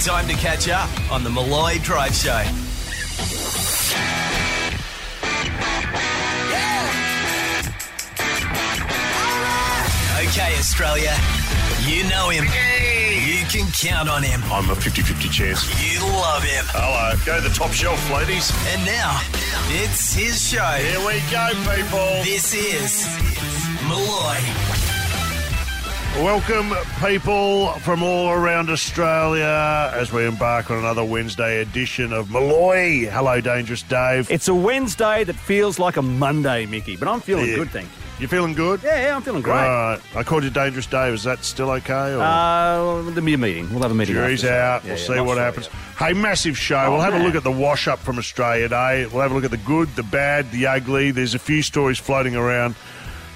Time to catch up on the Malloy Drive Show. Okay, Australia, you know him. You can count on him. I'm a 50 50 chance. You love him. Hello. Go to the top shelf, ladies. And now, it's his show. Here we go, people. This is Malloy. Welcome, people from all around Australia, as we embark on another Wednesday edition of Malloy. Hello, Dangerous Dave. It's a Wednesday that feels like a Monday, Mickey, but I'm feeling Yeah. good, thank you. You feeling good? Yeah, yeah, I'm feeling great. Right. I called you Dangerous Dave. Is that still okay? Or? Uh, there'll be a meeting. We'll have a meeting. Jury's after, so- out. yeah, we'll yeah, see not what sure happens. yet. Hey, massive show. Oh, we'll have a man. look at the wash up from Australia Day. We'll have a look at the good, the bad, the ugly. There's a few stories floating around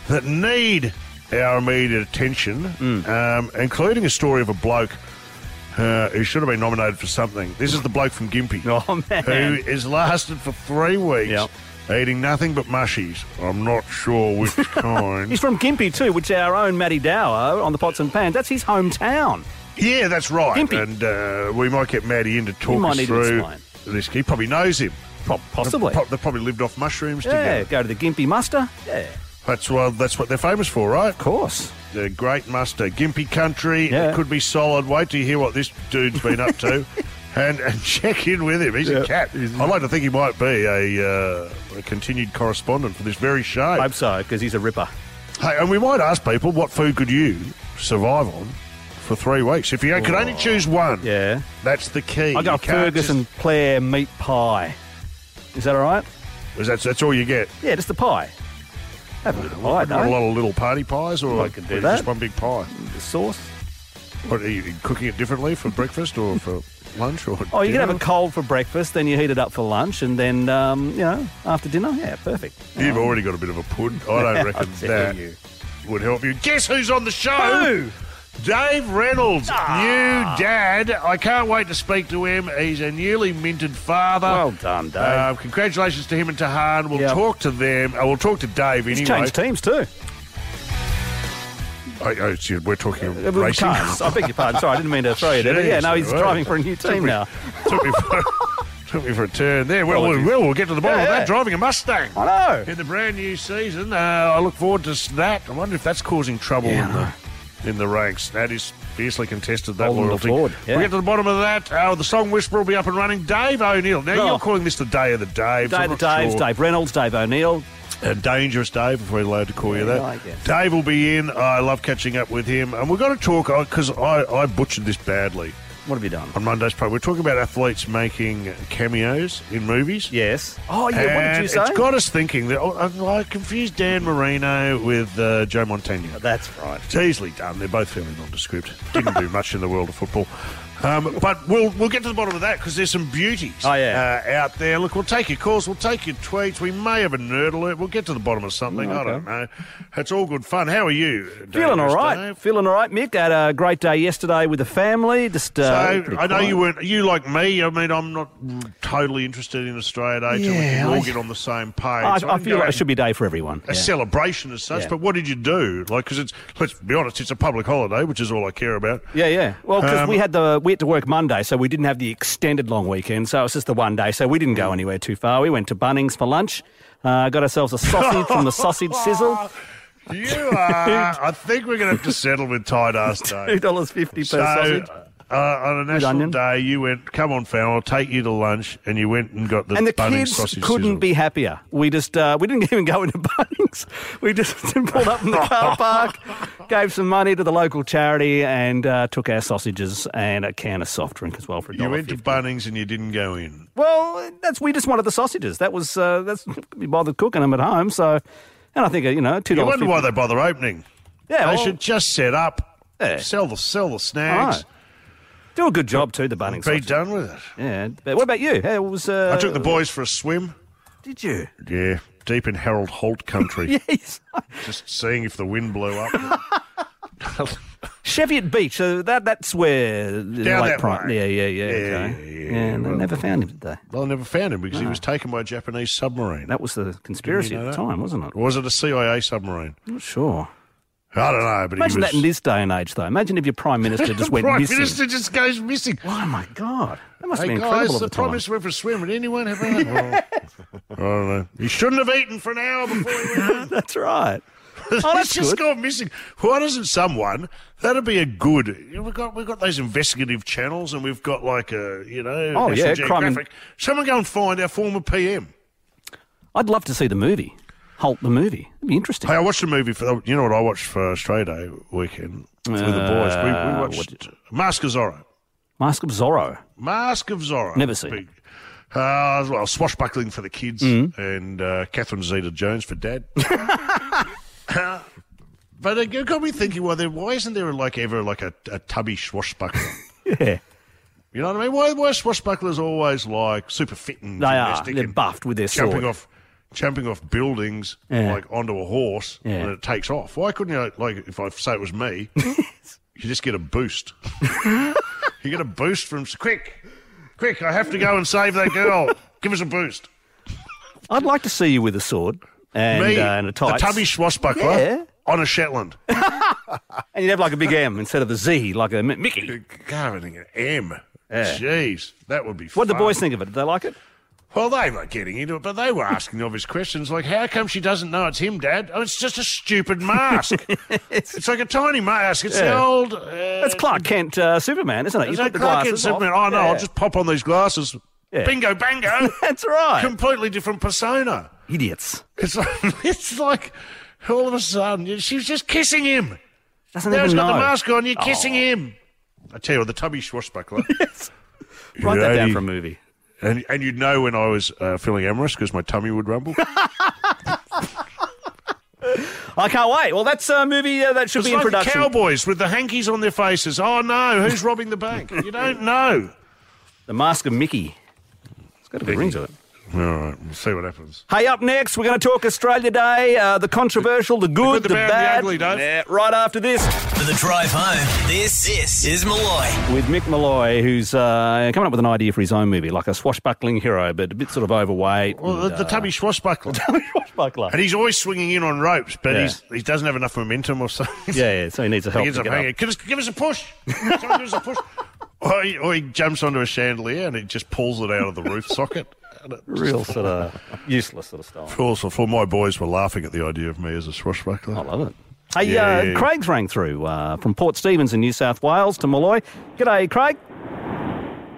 that need our immediate attention, Mm. um, including a story of a bloke uh, who should have been nominated for something. This is the bloke from Gympie, Oh, man. who has lasted for three weeks. Yep. Eating nothing but mushies. I'm not sure which kind. He's from Gympie too, which our own Matty Dower on the Pots and Pans. That's his hometown. Yeah, that's right. Gimpy. And uh, we might get Maddie in to talk might us need to through explain. this. He probably knows him. Prob- Possibly. prob- They probably lived off mushrooms Yeah, together. go to the Gympie muster. Yeah, That's well. That's what they're famous for, right? of course. The great muster, gimpy country. Yeah. It could be solid. Wait till you hear what this dude's been up to, and, and check in with him. He's a Yeah. cat. I'd like to think he might be a, uh, a continued correspondent for this very show. I hope so, because he's a ripper. Hey, and we might ask people what food could you survive on for three weeks if you could only choose one. Yeah. That's the key. I You got can't just- Ferguson Clare meat pie. Is that all right? Is that, that's all you get? Yeah, just the pie. Have a little pie, Not a no? lot of little party pies, or I could do or that. just one big pie. The sauce. What, are you cooking it differently for breakfast or for lunch or? Oh, you can have a dinner? cold for breakfast, then you heat it up for lunch, and then um, you know after dinner, yeah, perfect. Um, You've already got a bit of a pud. I don't reckon tell that you. would help you. Guess who's on the show? Dave Reynolds, Ah. new dad. I can't wait to speak to him. He's a newly minted father. Well done, Dave. Uh, congratulations to him and to Han. We'll Yep. talk to them. Uh, we'll talk to Dave He's anyway. changed teams too. Uh, Oh, oh, shit, we're talking Uh, with racing. cars. I beg your pardon. Sorry, I didn't mean to throw you there. But yeah, Jeez, no, he's all right. driving for a new team now. took me for took me for a turn there. Well, well, well, we'll get to the bottom of Yeah, that. yeah. Driving a Mustang I know. in the brand new season. Uh, I look forward to s- that. I wonder if that's causing trouble Yeah, I in the in the ranks. That is fiercely contested. That Holding the loyalty. fort, We'll yeah. get to the bottom of that. Uh, the song whisperer will be up and running. Dave O'Neill. Now Oh. you're calling this the day of the Daves. Dave, I'm the not Daves, sure. Dave Reynolds, Dave O'Neill. Uh, dangerous Dave, if we're allowed to call you that. Yeah, I guess. Dave will be in. I love catching up with him, and we've got to talk because I, I butchered this badly What have you done? on Monday's program. We're talking about athletes making cameos in movies. Yes. Oh yeah. what did And you say? It's got us thinking that oh, I I confused Dan Marino with uh, Joe Montana. That's right. It's easily done. They're both fairly nondescript. Didn't do much in the world of football. Um, but we'll we'll get to the bottom of that because there's some beauties Oh, yeah. uh, out there. Look, we'll take your calls, we'll take your tweets. We may have a nerd alert. We'll get to the bottom of something. I don't know. It's all good fun. How are you? Feeling all Dangerous right. Dave? Feeling all right, Mick. Had a great day yesterday with the family. Just So uh, pretty I know quiet. you weren't. You like me. I mean, I'm not totally interested in Australia Day. till we Yeah, can all I- get on the same page. I, So I didn't go feel like out it should be a day for everyone. a Yeah. celebration as such. Yeah. But what did you do? Like, because it's let's be honest, it's a public holiday, which is all I care about. Yeah, yeah. Well, because Um, we had the we had to work Monday, so we didn't have the extended long weekend. So it was just the one day. So we didn't go anywhere too far. We went to Bunnings for lunch. Uh, got ourselves a sausage from the sausage sizzle, You are. Uh, I think we're going to have to settle with tight ass two day. dollars fifty per So. sausage, Uh, on a national onion. day, you went, come on, fam, I'll take you to lunch. And you went and got the, and the Bunnings kids sausage couldn't sizzle. be happier. We just uh, we didn't even go into Bunnings. We just pulled up in the car park, gave some money to the local charity, and uh, took our sausages and a can of soft drink as well for a You dollar. went to Bunnings and you didn't go in. Well, that's we just wanted the sausages. That was uh, that's we bothered cooking them at home. So, and I think uh, you know two You dollars. wonder why they bother opening. Yeah, They well, should just set up, Yeah. sell the sell the I snags, know. do a good job too. The Bunnings. be sausages. done with it. Yeah, but what about you? How was uh, I took the boys for a swim. Did you? Yeah, deep in Harold Holt country. Yes, Just seeing if the wind blew up. Cheviot Beach. So that that's where the Down late that prime. way. Yeah, yeah, yeah. Yeah, okay. yeah, yeah, and they never found him, did they? well, I never found him because he was taken by a Japanese submarine. That was the conspiracy know at the that? time, wasn't it? Or was it a CIA submarine? I'm not sure. I don't know, but Imagine he was, that in this day and age, though. Imagine if your prime minister just went Prime missing. Minister just goes missing. Oh my god, that must have Hey been guys, incredible the, at the prime time. minister went for a swim. Would anyone have? I don't know. He shouldn't have eaten for an hour before he went. out. That's right. Oh, He's that's just good. gone missing. Why doesn't someone? That'd be a good. you know, We've got we've got those investigative channels, and we've got like a you know. Oh, National yeah, crime and- Geographic. Someone go and find our former PM. I'd love to see the movie. Halt the movie. It'd be interesting. Hey, I watched a movie for you know what I watched for Australia Day weekend with the boys. We, we Uh, watched Mask of Zorro. Mask of Zorro. Mask of Zorro. Never seen it. Big- Uh, well, swashbuckling for the kids Mm. and uh, Catherine Zeta-Jones for dad. Uh, but it got me thinking. Well, there, why isn't there like ever like a, a tubby swashbuckler? Yeah, You know what I mean? Why, why are swashbucklers always like super fit and they are. gymnastic They're and buffed with their jumping sword. off, jumping off buildings Yeah. like onto a horse Yeah. and it takes off? Why couldn't you like if I say it was me, you just get a boost. you get a boost from quick, quick. I have to go and save that girl. Give us a boost. I'd like to see you with a sword and, me uh, and a the tights. tubby swashbuckler Yeah. on a Shetland. and you'd have like a big M instead of the Z, like a Mi- Mickey. Carving an M. Yeah. Jeez, that would be. What would the fun. boys think of it? Did they like it? Well, they were getting into it, but they were asking obvious questions like, "How come she doesn't know it's him, Dad? Oh, it's just a stupid mask. it's like a tiny mask. It's the Yeah. old." Uh, That's Clark Kent uh, Superman, isn't it? You is put that the Clark Kent glasses Superman? off. Oh no, Yeah. I'll just pop on these glasses. Yeah. Bingo, bango. That's right. Completely different persona. Idiots. It's like it's like all of a sudden she was just kissing him. Doesn't Now even he's got know. Oh. the mask on. You're kissing him. I tell you, what, the tubby swashbuckler. Write that down Righty. for a movie. And, and you'd know when I was uh, feeling amorous because my tummy would rumble. I can't wait. Well, that's a movie uh, that should It's be in like the production. cowboys with the hankies on their faces. Oh no, who's robbing the bank? You don't know. The Mask of Mickey. It's got a good ring to it. All right, we'll see what happens. Hey, up next, we're going to talk Australia Day, uh, the controversial, the good, the the, bad, the bad. ugly, Dave. Yeah, right after this, For the drive home, this, this is Malloy. with Mick Malloy, who's uh, coming up with an idea for his own movie, like a swashbuckling hero, but a bit sort of overweight. Well, the, the tubby swashbuckler, and- swashbuckler. and he's always swinging in on ropes, but Yeah. he's, he doesn't have enough momentum or something. Yeah, yeah, so he needs a He help. ends to up get hanging. up. Give us, give us a push. Someone give us a push. Or he, or he jumps onto a chandelier and it just pulls it out of the roof socket. And it Real sort of useless sort of style. falls off. Well, my boys were laughing at the idea of me as a swashbuckler. I love it. Hey, Yeah, yeah, uh, yeah. Craig's rang through uh, from Port Stephens in New South Wales to Malloy. G'day, Craig.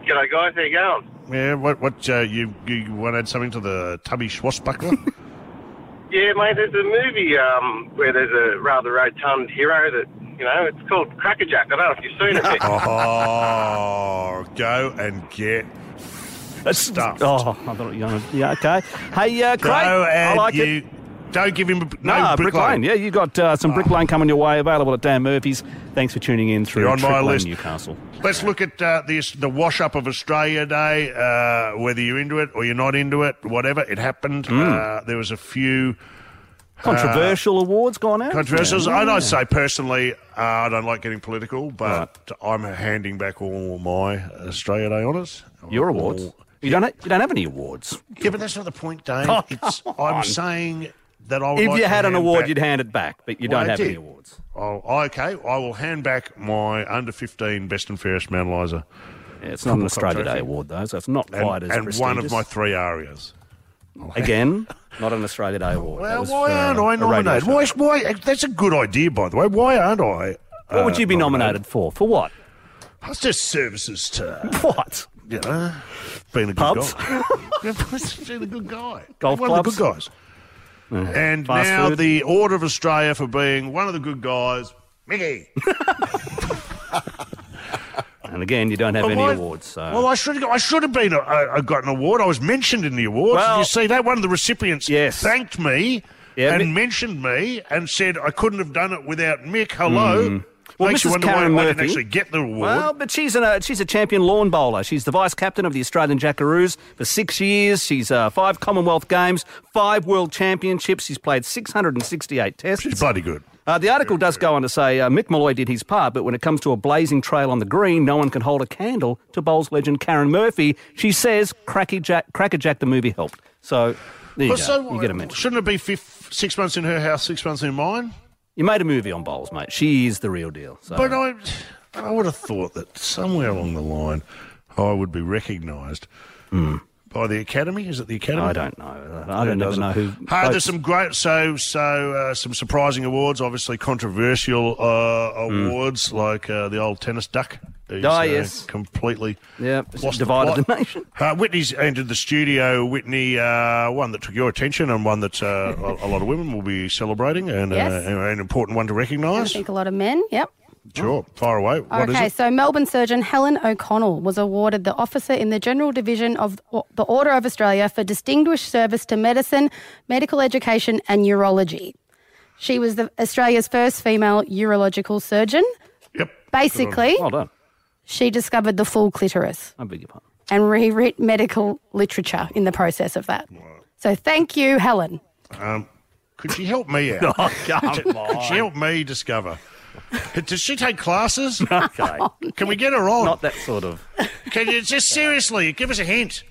G'day, guys. How you going? Yeah, what? What? Uh, you you want to add something to the tubby swashbuckler? Yeah, mate. There's a movie um, where there's a rather rotund hero that you know. It's called Crackerjack. I don't know if you've seen it. Mick. oh, go and get stuffed. Oh, I thought you were going to. Yeah, okay. Hey, uh, Craig. go I and like you it. don't give him a- no, Ah, brick, lane. Ah. Yeah, you got uh, some brick lane coming your way. Available at Dan Murphy's. Thanks for tuning in through You're on Trick my Lane, list. Newcastle. Let's look at uh, the the wash up of Australia Day. Uh, whether you're into it or you're not into it, whatever it happened. Uh, there was a few Hmm. Controversial Ah. awards gone out. controversies. Yeah. And I'd say personally, uh, I don't like getting political, but I'm handing back all my Australia Day honours. Your awards. You don't. Ha- you don't have any awards. Yeah, but that's not the point, Dave. Oh, it's, come I'm on. saying that I would If like you to had an hand award, back- you'd hand it back, but you Well, don't I have any did. awards. Oh, okay, I will hand back my under 15 best and fairest Mount Liza Yeah, it's not an Australia trophy. Day award though, so it's not and, quite as and prestigious. one of my three arias. again, not an Australia Day award. That Well, was why for aren't a I radio nominated? show. Why, why? uh, That's a good idea, by the way. Why aren't I? uh, What would you be nominated for? For what? That's just services to What? you know, being a good Pubs? guy. Yeah, being a good guy. Golf one of clubs? the good guys. And Fast now food? the Order of Australia for being one of the good guys, Mickey. And again, you don't have any Well, I- awards. So. Well, I should have. I should have been. a- I, I got an award. I was mentioned in the awards. Well- Did you see that? One of the recipients Yes. thanked me Yeah, and Mi- mentioned me and said I couldn't have done it without Mick. Hello. Hmm. Well, Makes you Mrs. wonder Karen why I didn't Murphy- actually get the award. Well, but she's an, a she's a champion lawn bowler. She's the vice captain of the Australian Jackaroos for six years. She's uh, five Commonwealth Games, five World Championships. She's played 668 tests. She's bloody good. Uh, the article does go on to say uh, Mick Malloy did his part, but when it comes to a blazing trail on the green, no one can hold a candle to bowls legend Karen Murphy. She says Cracky Jack, Cracker Jack the movie helped. So there you Well, go. so you get a mention. Shouldn't it be fifth, six months in her house, six months in mine? You made a movie on Bowles, mate. She is the real deal. So. But I, I would have thought that somewhere along the line, I would be recognised by the academy. Is it the academy? Hmm. I don't know. I don't even doesn't? know who. Hey, votes. there's some great, so so uh, some surprising awards. Obviously, controversial uh, awards like uh, the old tennis duck. He's, uh, Ah, Hmm. yes. completely. Yeah, it's lost divided the, the plot. nation. Uh, Whitney's entered the studio. Whitney, uh, one that took your attention and one that uh, a, a lot of women will be celebrating and Yes. uh, an important one to I recognise. think a lot of men. Yep. Sure, fire away. What is okay, it? so Melbourne surgeon Helen O'Connell was awarded the Officer in the General Division of the Order of Australia for distinguished service to medicine, medical education, and urology. She was the, Australia's first female urological surgeon. Yep. Basically, Well done. she discovered the full clitoris I beg your pardon. and rewrote medical literature in the process of that. So thank you, Helen. Um, Could she help me out? Oh, Could she help me discover? Does she take classes? Okay. Can we get her on? Not that sort of. Can you just seriously give us a hint?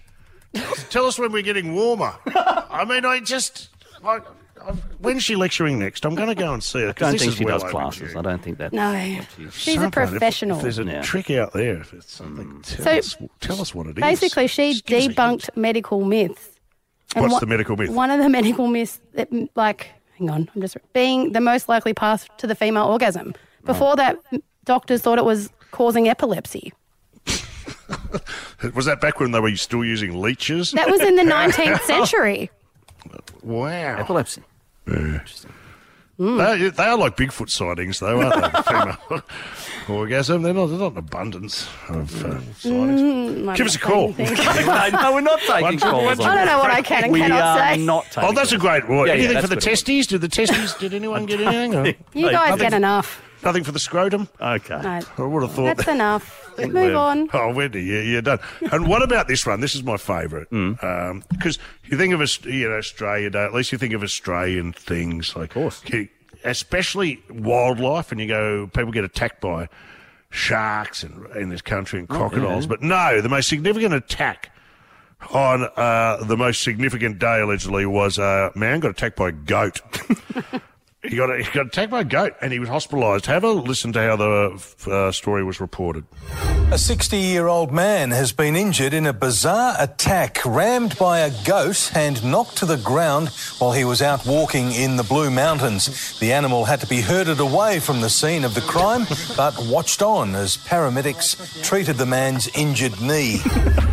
Tell us when we're getting warmer. I mean, I just. I, I, when's she lecturing next? I'm going to go and see her. 'cause I don't this think is she well does overdue. classes. I don't think that. No, she's a Something. If- professional. If, there's a Yeah. trick out there, if it's something, tell, So, us, tell us what it is. Basically, she Just give us a hint. debunked medical myths. What's wha- the medical myth? One of the medical myths, that, mm, like, hang on, I'm just being the most likely path to the female orgasm. Before that, m- doctors thought it was causing epilepsy. Was that back when they were still using leeches? That was in the 19th century. Wow. Epilepsy. They, they are like Bigfoot sightings, though, aren't they? Female orgasm. They're not, they're not an abundance of uh, sightings. Mm, Give us a call. Mm. no, no, we're not taking calls. I don't on that. know what I can and We cannot are say. not taking. Oh, that's a great one. Yeah, yeah, anything that's for the a good one. testes? Did the testes? Did anyone get anything? Or You guys get enough. nothing for the scrotum? Okay. No, I would have thought. that's enough. Move on. Oh, Wendy, you, you're done. And what about this one? This is my favourite because you think of us, you know, Australia Day. At least you think of Australian things, like, of course. especially wildlife. And you go, people get attacked by sharks and in this country and crocodiles. But no, the most significant attack on uh, the most significant day allegedly was a man got attacked by a goat. he got he got attacked by a goat and he was hospitalised. Have a listen to how the uh, story was reported. A 60 year old man has been injured in a bizarre attack rammed by a goat and knocked to the ground while he was out walking in the Blue Mountains. The animal had to be herded away from the scene of the crime but watched on as paramedics treated the man's injured knee.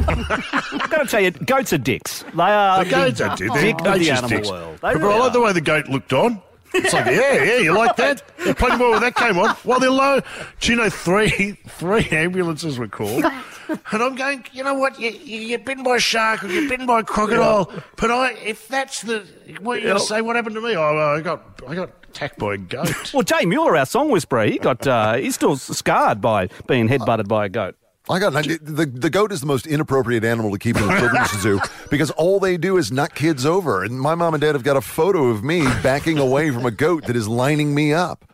I've got to tell you, goats are dicks. They are. The goats are dicks. They're Um, dick of the nature's animal dicks. world. They But really I like the are. way the goat looked on. It's like, yeah, yeah, you like that? Yeah, plenty more where that came on. Well, they're low. Do you know three three ambulances were called? And I'm going, you know what? You, you get bitten by a shark or you get bitten by a crocodile. But I, if that's the what you Yeah. gonna say, what happened to me? Oh, well, I got I got attacked by a goat. Well, Jay Mueller, our song whisperer, he got uh, he's still scarred by being headbutted by a goat. I got the, the the goat is the most inappropriate animal to keep in a children's zoo because all they do is knock kids over. And my mom and dad have got a photo of me backing away from a goat that is lining me up.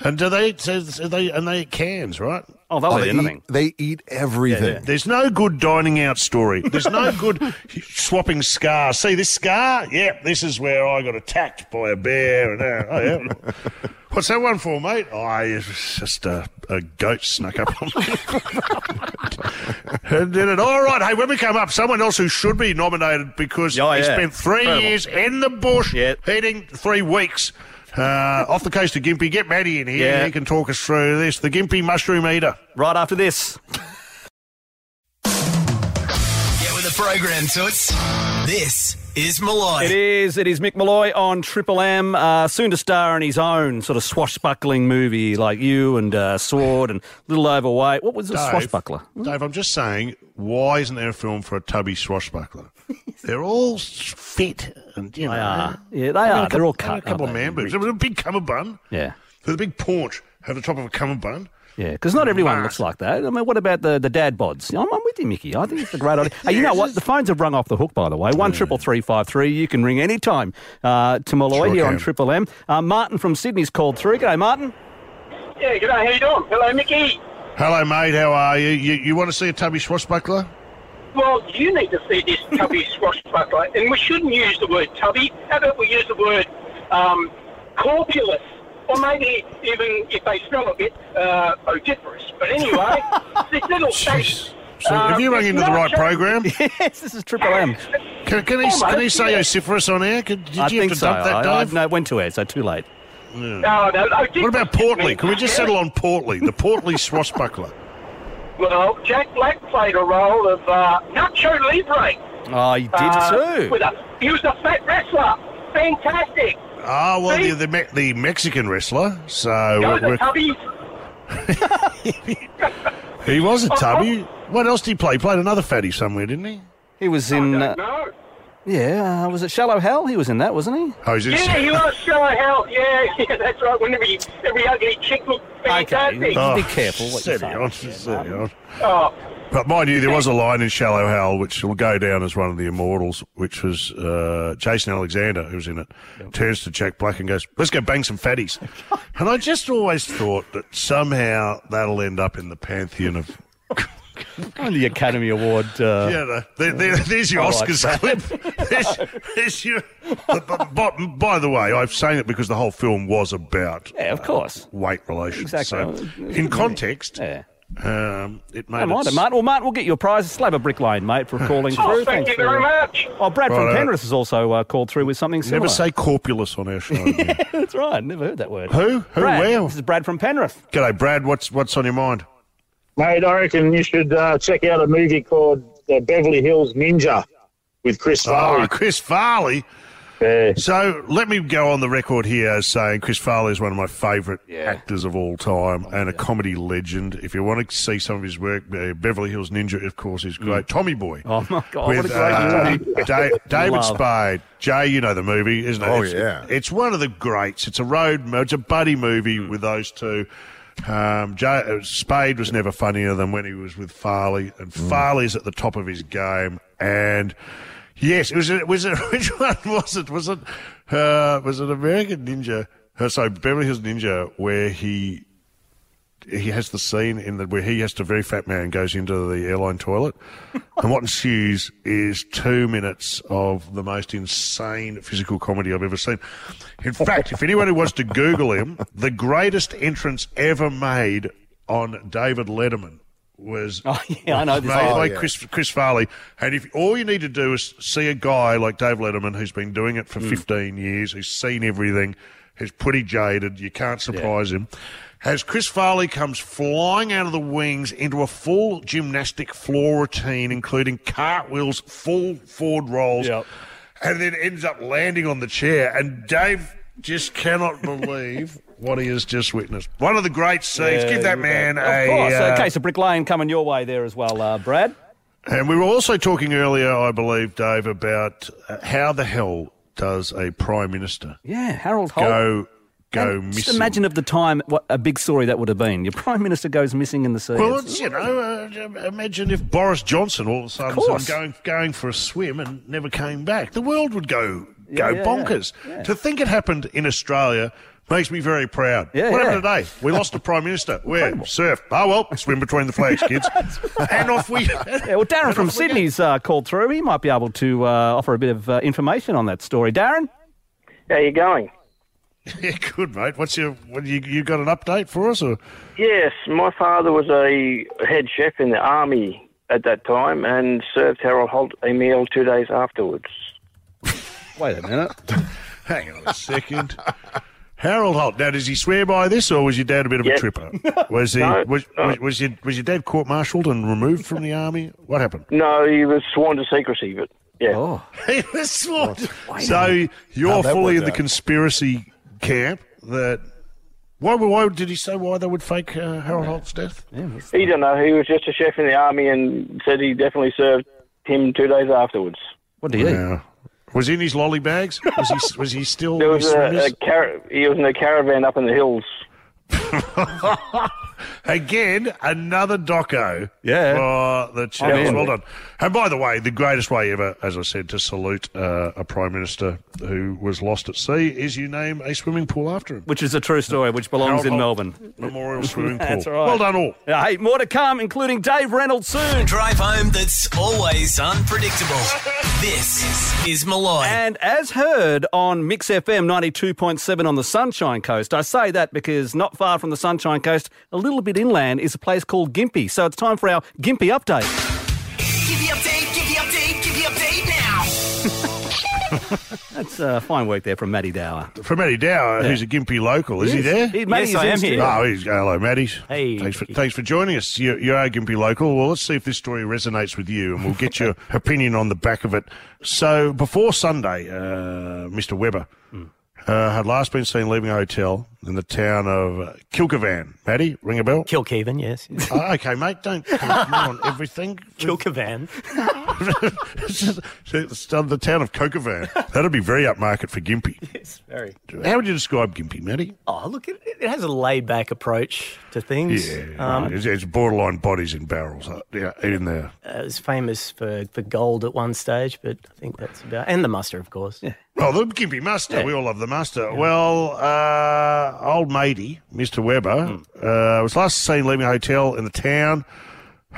and do they? So they and they eat cans, right? Oh, they'll Oh, eat they, anything. eat, they eat everything. There's no good dining out story. There's no good swapping scars. See this scar? Yep, this is where I got attacked by a bear. And uh, oh, yeah. What's that one for, mate? Oh, it's just a, a goat snuck up on me. and did it. All right, hey, when we come up, someone else who should be nominated because Oh, he yeah. spent three Terrible. years in the bush Yeah. eating three weeks. Uh, off the coast of Gympie. Get Maddie in here. Yeah. He can talk us through this. The Gympie Mushroom Eater. Right after this. Get with the program, toots. This is Malloy. It is. It is Mick Malloy on Triple M, uh, soon to star in his own sort of swashbuckling movie like you and uh, Sword and Little Overweight. What was the Dave, swashbuckler? Hmm? Dave, I'm just saying, why isn't there a film for a tubby swashbuckler? They're all s- fit and you know. They are. Yeah, they are. They're all cut, A couple of aren't they? man boobs. There was a big cummerbund. Yeah, There's a big paunch at the top of a cummerbund. yeah. Because not everyone Right. looks like that. I mean, what about the, the dad bods? I'm, I'm with you, Mickey. I think it's a great idea. Hey, you know what? The phones have rung off the hook, by the way. One triple three five three. You can ring any time uh, to Malloy Sure here on can. Triple M. Uh, Martin from Sydney's called through. G'day, Martin. Yeah, good day. How you doing? Hello, Mickey. Hello, mate. How are you? You, you want to see a tubby swashbuckler? Well, you need to see this tubby swashbuckler, and we shouldn't use the word tubby. How about we use the word um, corpulous? or maybe even if they smell a bit uh, odoriferous. But anyway, this little Jeez. station. So uh, have you rung it's into the not right just- program? yes, this is Triple M. Can, can, he, can he say osiferous on air? Could, did I you think have to so. dump that, I, I, Dave? no, it went to air, so too late. No, Oh, no, odoriferous What about just Portly? means Can we just smelly. settle on Portly, the Portly swashbuckler? Well, Jack Black played a role of uh, Nacho Libre. Oh, you did uh, too. With a, he was a fat wrestler. Fantastic. Ah, well, See? the, the, Me- the Mexican wrestler. So Go uh, the we're- Cubbies. he was a tubby. Oh, What else did he play? He played another fatty somewhere, didn't he? He was in, uh, No. yeah, uh, was it Shallow Hell? He was in that, wasn't he? Oh, is this- Yeah, you are sure hell. Yeah, yeah, that's right. When every, every ugly chick looked fantastic. Oh, Be careful what you steady say. on, steady on. Oh, But mind you, there was a line in Shallow Hell which will go down as one of the immortals, which was uh, Jason Alexander, who was in it, turns to Jack Black and goes, Let's go bang some fatties. and I just always thought that somehow that'll end up in the pantheon of. Won the Academy Award. Uh, Yeah, no, there, there, there's your I like Oscars clip. There's, there's your. But, but, but- by the way, I'm saying it because the whole film was about uh, yeah, of course. weight relations. Exactly. So, in context, Yeah. um, it made Don't mind it it, Martin. Well, Martin, we'll get you a prize. A slab of brick lane, mate, for calling oh, through. thank Thanks you for- very much. Oh, Brad from Righto. Penrith has also uh, called through with something similar. Never say corpulous on our show. again. That's right. Never heard that word. Who? Who? Brad. Where? This is Brad from Penrith. G'day, Brad. What's what's on your mind? Mate, I reckon you should uh, check out a movie called The Beverly Hills Ninja with Chris Oh, Farley. Chris Farley. Yeah. So let me go on the record here as saying Chris Farley is one of my favourite actors of all time Oh, and a comedy legend. If you want to see some of his work, uh, Beverly Hills Ninja, of course, is great. Tommy Boy. Oh my God! with what a great uh, movie. Da- David Love. Spade. Jay, you know the movie, isn't it? Oh, it's, yeah. It's one of the greats. It's a road, mo- it's a buddy movie with those two. Um, Jay, uh, Spade was never funnier than when he was with Farley, and Mm. Farley's at the top of his game. And yes, it was. It was. It, which one was it? Was it? Uh, was it American Ninja? Uh, so Beverly Hills Ninja, where he he has the scene in the where he has to very fat man goes into the airline toilet, and what ensues is two minutes of the most insane physical comedy I've ever seen. In fact, if anyone who wants to Google him, the greatest entrance ever made on David Letterman was Oh, yeah, I know this made guy. by yeah. Chris Chris Farley. And if all you need to do is see a guy like Dave Letterman who's been doing it for Hmm. 15 years, who's seen everything, who's pretty jaded, you can't surprise him. As Chris Farley comes flying out of the wings into a full gymnastic floor routine, including cartwheels, full forward rolls, Yep. and then ends up landing on the chair. And Dave just cannot believe what he has just witnessed. One of the great scenes. Give that man Of a. course. uh, a case of brick lane coming your way there as well, uh, Brad. and we were also talking earlier, I believe, Dave, about uh, how the hell does a prime minister Yeah, Harold Holt. go go And missing? Just imagine of the time what a big story that would have been. Your prime minister goes missing in the sea. well, It's- it's, you know, uh, imagine if Boris Johnson all of a sudden course. started going going for a swim and never came back. The world would go go yeah, yeah. bonkers. To think it happened in Australia makes me very proud. Yeah, what yeah. happened today? We lost a prime minister. Where surf? Oh well, swim between the flags, kids, and off we. yeah, well, Darren from Sydney's uh, called through. He might be able to uh, offer a bit of uh, information on that story. Darren, How you going? Yeah, good mate. What's your what you you got an update for us or? Yes, my father was a head chef in the army at that time and served Harold Holt a meal two days afterwards. wait a minute. Hang on a second. Harold Holt. Now, does he swear by this, or was your dad a bit of a Yes. tripper? Was he? No, was, no. was, was your was your dad court-martialed and removed from the army? What happened? No, he was sworn to secrecy, but yeah. Oh. He was sworn. So you're How'd that fully work in the out? conspiracy camp. That why? Why did he say why they would fake uh, Harold Holt's death? He don't know. He was just a chef in the army and said he definitely served him two days afterwards. What do you eat? Yeah. Was he in his lolly bags? Was he? Was he still? There was his- a, a his- car- he was in a caravan up in the hills. Again, another doco. Yeah. For the Channels. in. Well done. And by the way, the greatest way ever, as I said, to salute uh, a Prime Minister who was lost at sea is you name a swimming pool after him. Which is a true story, which belongs in Alcohol. Melbourne. Memorial Swimming Pool. That's right. Well done, all. Uh, hey, more to come, including Dave Reynolds soon. Drive home that's always unpredictable. This is Malloy. And as heard on Mix FM 92.7 on the Sunshine Coast, I say that because not far from the Sunshine Coast, a little bit inland, is a place called Gympie. So it's time for our Gympie update. Give the update, give the update, give the update now. That's uh, fine work there from Matty Dower. From Matty Dower, who's a Gimpy local. Is he there? He- Matty's I in am studio. here. Oh, he's, hello, Maddie's. Hey. Thanks for, thanks for joining us. You, you are Gimpy Local. Well, let's see if this story resonates with you, and we'll get your opinion on the back of it. So, before Sunday, uh, Mr. Weber uh, had last been seen leaving a hotel in the town of uh, Kilkevan. Maddie, ring a bell? Kilkeven, yes. yes. Oh, okay, mate, don't come on everything. Kilkevan. It's the town of Cokevan. That'd be very upmarket for Gimpy. It's very. How would you describe Gimpy, Maddie? Oh, look, it, it has a laid back approach to things. Um, Yeah, it's, it's borderline bodies in barrels. uh, Yeah, in there. Uh, it was famous for, for gold at one stage, but I think that's about. And the muster, of course. Yeah. Oh, the Gimpy Master. We all love the Master. Well, uh, old matey, Mr. Hmm. Weber, uh, was last seen leaving a hotel in the town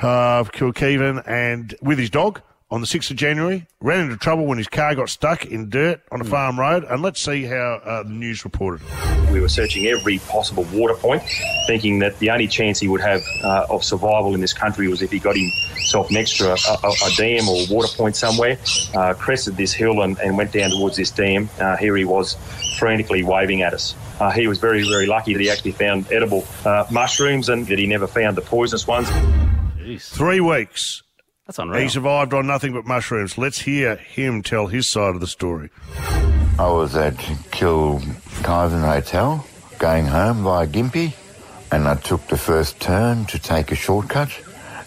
of Kilkeven and with his dog on the 6th of January. Ran into trouble when his car got stuck in dirt on a Hmm. farm road. And let's see how uh, the news reported. it. We were searching every possible water point, thinking that the only chance he would have uh, of survival in this country was if he got himself next to a, a, a dam or a water point somewhere, uh, crested this hill and, and went down towards this dam. Uh, here he was frantically waving at us. Uh, he was very, very lucky that he actually found edible uh, mushrooms and that he never found the poisonous ones. Three weeks. That's unreal. He survived on nothing but mushrooms. Let's hear him tell his side of the story. I was at Kilkivan Hotel, going home via Gympie, and I took the first turn to take a shortcut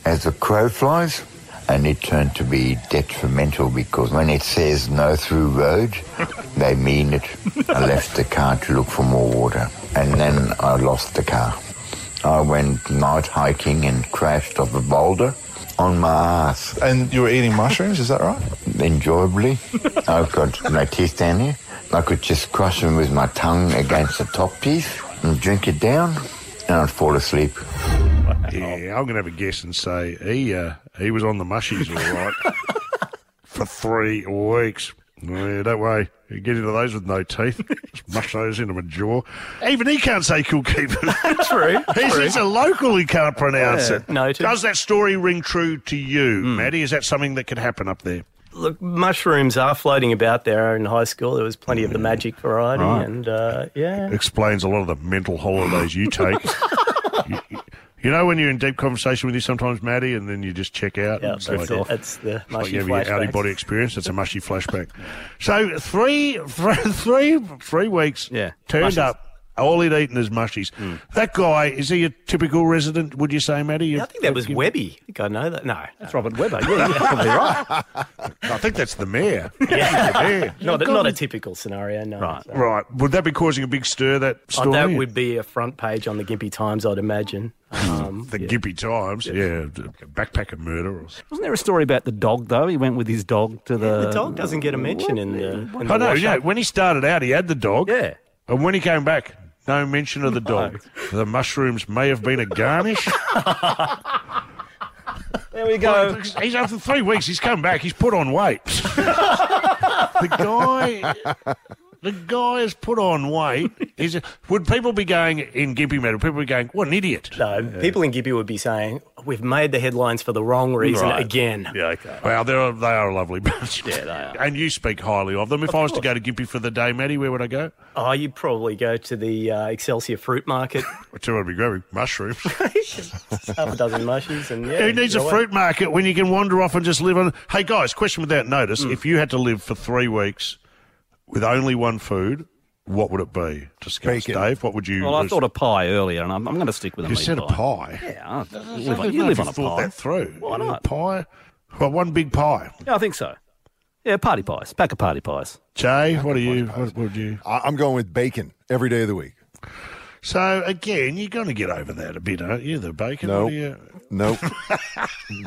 as the crow flies, and it turned to be detrimental because when it says no through road, they mean it. I left the car to look for more water, and then I lost the car. I went night hiking and crashed off a boulder on my ass And you were eating mushrooms, is that right? enjoyably. I've got my teeth down here. I could just crush them with my tongue against the top teeth and drink it down, and I'd fall asleep. Yeah, I'm going to have a guess and say he uh, he was on the mushies all right for three weeks. Yeah, don't worry. You get into those with no teeth. Just mush those into my jaw. Even he can't say Kilkeeper. True. He's, he's a local, he can't pronounce it. noted. Hmm. Does that story ring true to you, Maddie? Is that something that could happen up there? Look, mushrooms are floating about there in high school. There was plenty Mm. of the magic variety, and uh, yeah. Explains a lot of the mental holidays you take. you, you know when you're in deep conversation with you sometimes, Maddie, and then you just check out? Yeah, It's like- that's, oh, it. that's the It's like mushy you have your out flashbacks. of body experience. It's a mushy flashback. so three, three, three, three weeks. Yeah. Turned Mushies. up. All he'd eaten is mushies. Hmm. That guy is he a typical resident? Would you say, Matty? You- I think that was Webby. I think I know that. No, That's Robert Weber. Yeah, you're probably right. I think that's the mayor. Yeah. The mayor. not, a, not a typical scenario. No. Right. So- Right. Would that be causing a big stir? That Oh, story. that would be a front page on the Gimpy Times, I'd imagine. Hmm. Um, the Gimpy Times. Yeah. Backpacker murder. Or something. Wasn't there a story about the dog, though? He went with his dog to the. the dog doesn't get a mention in the. In the Uh, I know. wash Yeah. up. When he started out, he had the dog. Yeah. And when he came back, no mention of the dog. The mushrooms may have been a garnish. There we go. He's after three weeks. He's come back. He's put on weight. the guy, the guy has put on weight. He's a- would people be going in Gimpy Meadow? People be going, what an idiot. No, people in Gimpy would be saying, we've made the headlines for the wrong reason Right. again. Yeah, okay. Well, they're, they are a lovely bunch. Yeah, they are. And you speak highly of them. If I was to go to Gimpy for the day, Maddie, where would I go? Oh, you'd probably go to the uh, Excelsior Fruit Market, I tell you what I'd be grabbing mushrooms. half a dozen mushies, and yeah. Who needs a enjoy it. fruit market when you can wander off and just live on? Hey, guys, question without notice. Hmm. If you had to live for three weeks with only one food, what would it be? Discuss, Bacon. Dave. What would you? Well, I list? thought a pie earlier, and I'm, I'm going to stick with a You meat said a pie. pie. Yeah, I I live don't on, you know live if on a thought pie. that through. Why A not? Pie. Well, one big pie. Yeah, I think so. Yeah, party pies, pack of party pies. Jay, what are you? What would you? I- I'm going with bacon every day of the week. So again, you're going to get over that a bit, aren't you? The bacon. Nope. What do you- Nope.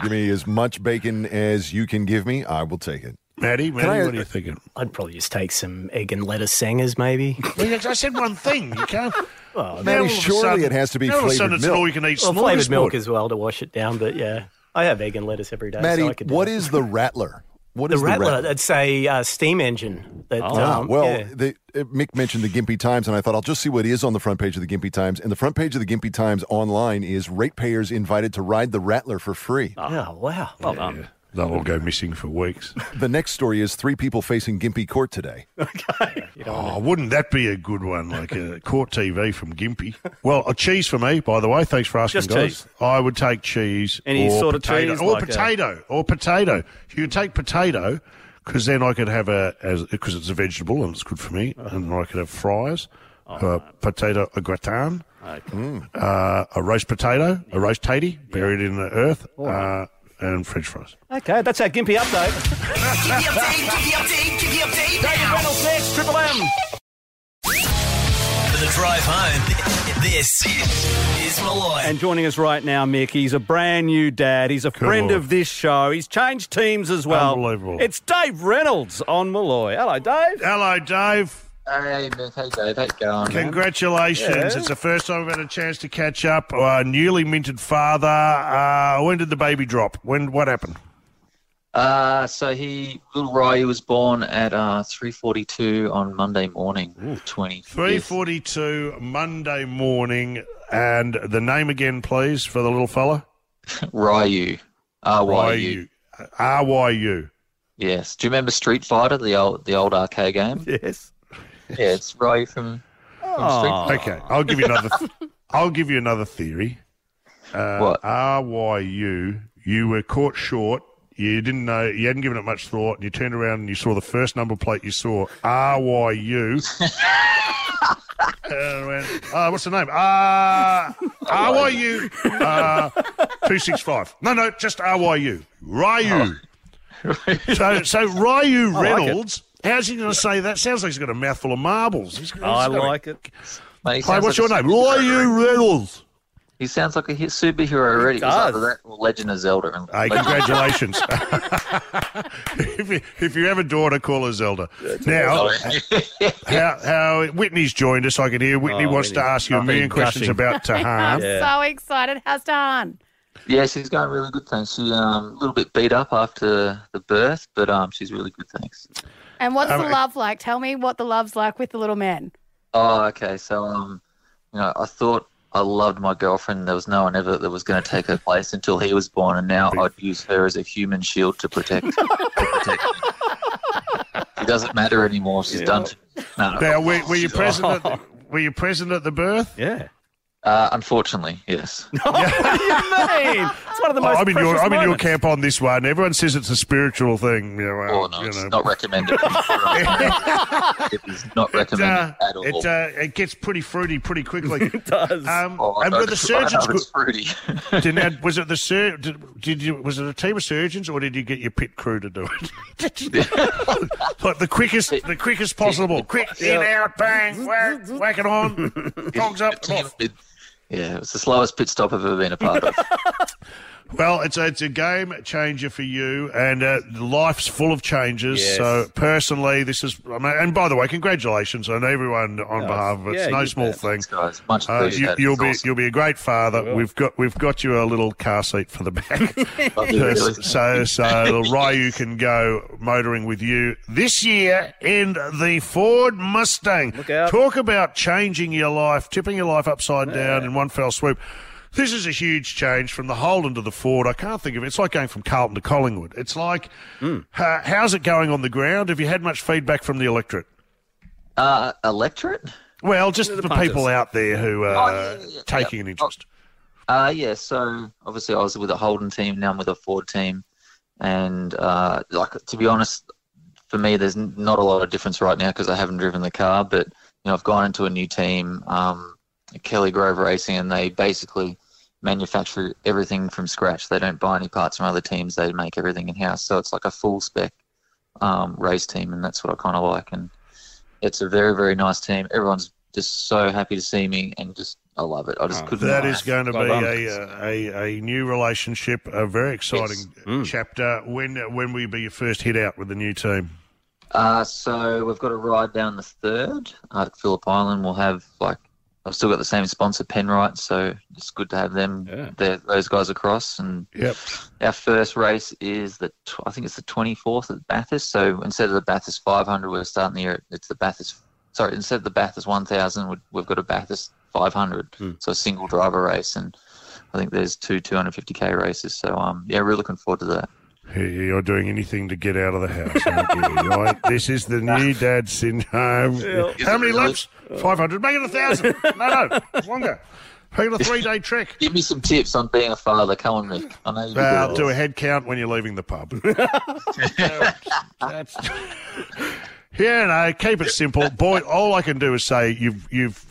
give me as much bacon as you can give me. I will take it. Maddie, Can I- Maddie, what are you thinking? I'd probably just take some egg and lettuce sangers, maybe. Well, yes, I said one thing. You can't. Well, Maddie, surely it has to be now all of a flavoured sudden it's milk. All you can eat. well, flavoured milk smorgasbord. as well to wash it down, but yeah. I have egg and lettuce every day. so I Maddie, could do what it. is the rattler? What the is rattler? That's a uh, steam engine. That, Ah, um, well, yeah. the, uh, Mick mentioned the Gimpy Times, and I thought I'll just see what is on the front page of the Gimpy Times. And the front page of the Gimpy Times online is ratepayers invited to ride the Rattler for free. Oh, wow. Well done. They'll Ah. all go missing for weeks. The next story is three people facing Gimpy Court today. Oh, wouldn't that be a good one? Like a court TV from Gimpy. Well, a cheese for me, by the way. Thanks for asking, Just guys. cheese. I would take cheese. Any or sort of potato, cheese, Or like a- potato. Or potato. You could take potato because then I could have a, as because it's a vegetable and it's good for me, and I could have fries, Oh, uh, potato au gratin, uh, a roast potato, a roast tatty buried in the earth, uh, and french fries. Okay, that's our Gimpy update. Give the update, give the update, give the update now. Reynolds next, Triple M. For the drive home, this is Malloy. And joining us right now, Mick, he's a brand new dad. He's a friend Lord. of this show. He's changed teams as well. Unbelievable. It's Dave Reynolds on Malloy. Hello, Dave. Hello, Dave. Hey, Miss, hey, Dave, how you going? man? Congratulations. Yeah. It's the first time I've had a chance to catch up. Uh, newly minted father. Uh, when did the baby drop? When? What happened? Uh, so he, little Rye, was born at uh, 3.42 on Monday morning, Hmm. 20. 3.42 Monday morning. And the name again, please, for the little fella? Ryu. R-Y-U. RYU. R-Y-U. Yes. Do you remember Street Fighter, the old the old arcade game? Yes. yeah, it's Ryu from, from Street Oh, Fighter. Okay, I'll give you another. I'll give you another theory. Uh, What? RYU. You were caught short. You didn't know. You hadn't given it much thought, and you turned around and you saw the first number plate you saw. RYU. and went, uh, what's the name? Uh, RYU. Uh, two six five. No, no, just RYU. Ryu. so, so Ryu like it. Reynolds. How's he going to say that? Sounds like he's got a mouthful of marbles. He's, he's I got a- like it. Mate, Hey, he sounds what's your like a name? superhero. Ryu Reynolds. He sounds like a hi- superhero already. It was does. either that or Legend of Zelda. And Hey, congratulations. if, you, if you have a daughter, call her Zelda. Now, how, how Whitney's joined us, I can hear. Whitney Oh, wants to Whitney. ask you a I've million been questions gushing. about uh, I'm Tahan. so excited. How's Dan? yeah, she's going really good, thanks. She's um, a little bit beat up after the birth, but um, she's really good, thanks. And what's Um, the love like? Tell me what the love's like with the little man. Oh, okay. So, um, you know, I thought I loved my girlfriend. There was no one ever that was going to take her place until he was born, and now I'd use her as a human shield to protect. to protect me. It doesn't matter anymore. She's done. To, no, Now, were, were you present at the, were you present at the birth? Yeah. Uh, unfortunately, yes. what do you mean? It's one of the most Oh, I'm in your precious I'm in your moments. camp on this one. Everyone says it's a spiritual thing. You know, Oh well, no, you it's know. not recommended. it is not It, uh, recommended at all. it, uh, it gets pretty fruity pretty quickly. It does. Um, Oh, I and know were the it's- I know surgeons good? it's fruity. Did, now, was it the sur- did, did you was it a team of surgeons or did you get your pit crew to do it? Did you- like the quickest, the quickest possible. Quick in, out, bang, whack, whack it on, tongs up. come off. It- yeah, it was the slowest pit stop I've ever been a part of. Well, it's a, it's a game changer for you, and uh, life's full of changes. Yes. So personally, this is. I mean, and by the way, congratulations on everyone on behalf of it. It's Yeah, no you small bet. thing. Thanks, guys. Much Uh, appreciated. you, you'll It's be awesome. you'll be a great father. We've got we've got you a little car seat for the back. Oh, really. so so Ryu can go motoring with you this year in the Ford Mustang. Look out. Talk about changing your life, tipping your life upside down in one fell swoop. This is a huge change from the Holden to the Ford. I can't think of it. It's like going from Carlton to Collingwood. It's like, Hmm. uh, how's it going on the ground? Have you had much feedback from the electorate? Uh, electorate? Well, just the, punters. people out there who are Oh, yeah, yeah, yeah. taking an interest. Uh, yeah, so obviously I was with a Holden team, now I'm with a Ford team. And, uh, like, to be honest, for me, there's n- not a lot of difference right now because I haven't driven the car. But, you know, I've gone into a new team, um, Kelly Grove Racing, and they basically manufacture everything from scratch. They don't buy any parts from other teams, they make everything in house. So it's like a full spec um, race team, and that's what I kind of like. And it's a very, very nice team. Everyone's just so happy to see me and just I love it. I just couldn't. Oh, That laugh. is going to be I love it. a, uh, a a new relationship, a very exciting Mm. chapter. When when will you be your first hit out with the new team? Uh, so we've got a ride down the third. Uh, Phillip Island will have like I've still got the same sponsor, Penrite, so it's good to have them. They're- Those guys across, and Yep. our first race is the tw- I think it's the 24th at Bathurst. So instead of the Bathurst 500, we're starting the year. It's the Bathurst. Sorry, instead of the Bathurst 1000, we- we've got a Bathurst 500. So a single driver race, and I think there's two 250k races. So um, yeah, we're looking forward to that. Hey, You're doing anything to get out of the house. aren't you? Right? This is the new dad syndrome. Yeah. Is How it many really? laps? Five hundred. Make it a thousand. No, no, longer. Make it a three day trek. Give me some tips on being a father. Come on, Mick. I know you can Uh, do do it. a head count when you're leaving the pub. yeah, no, keep it simple, boy. All I can do is say you've you've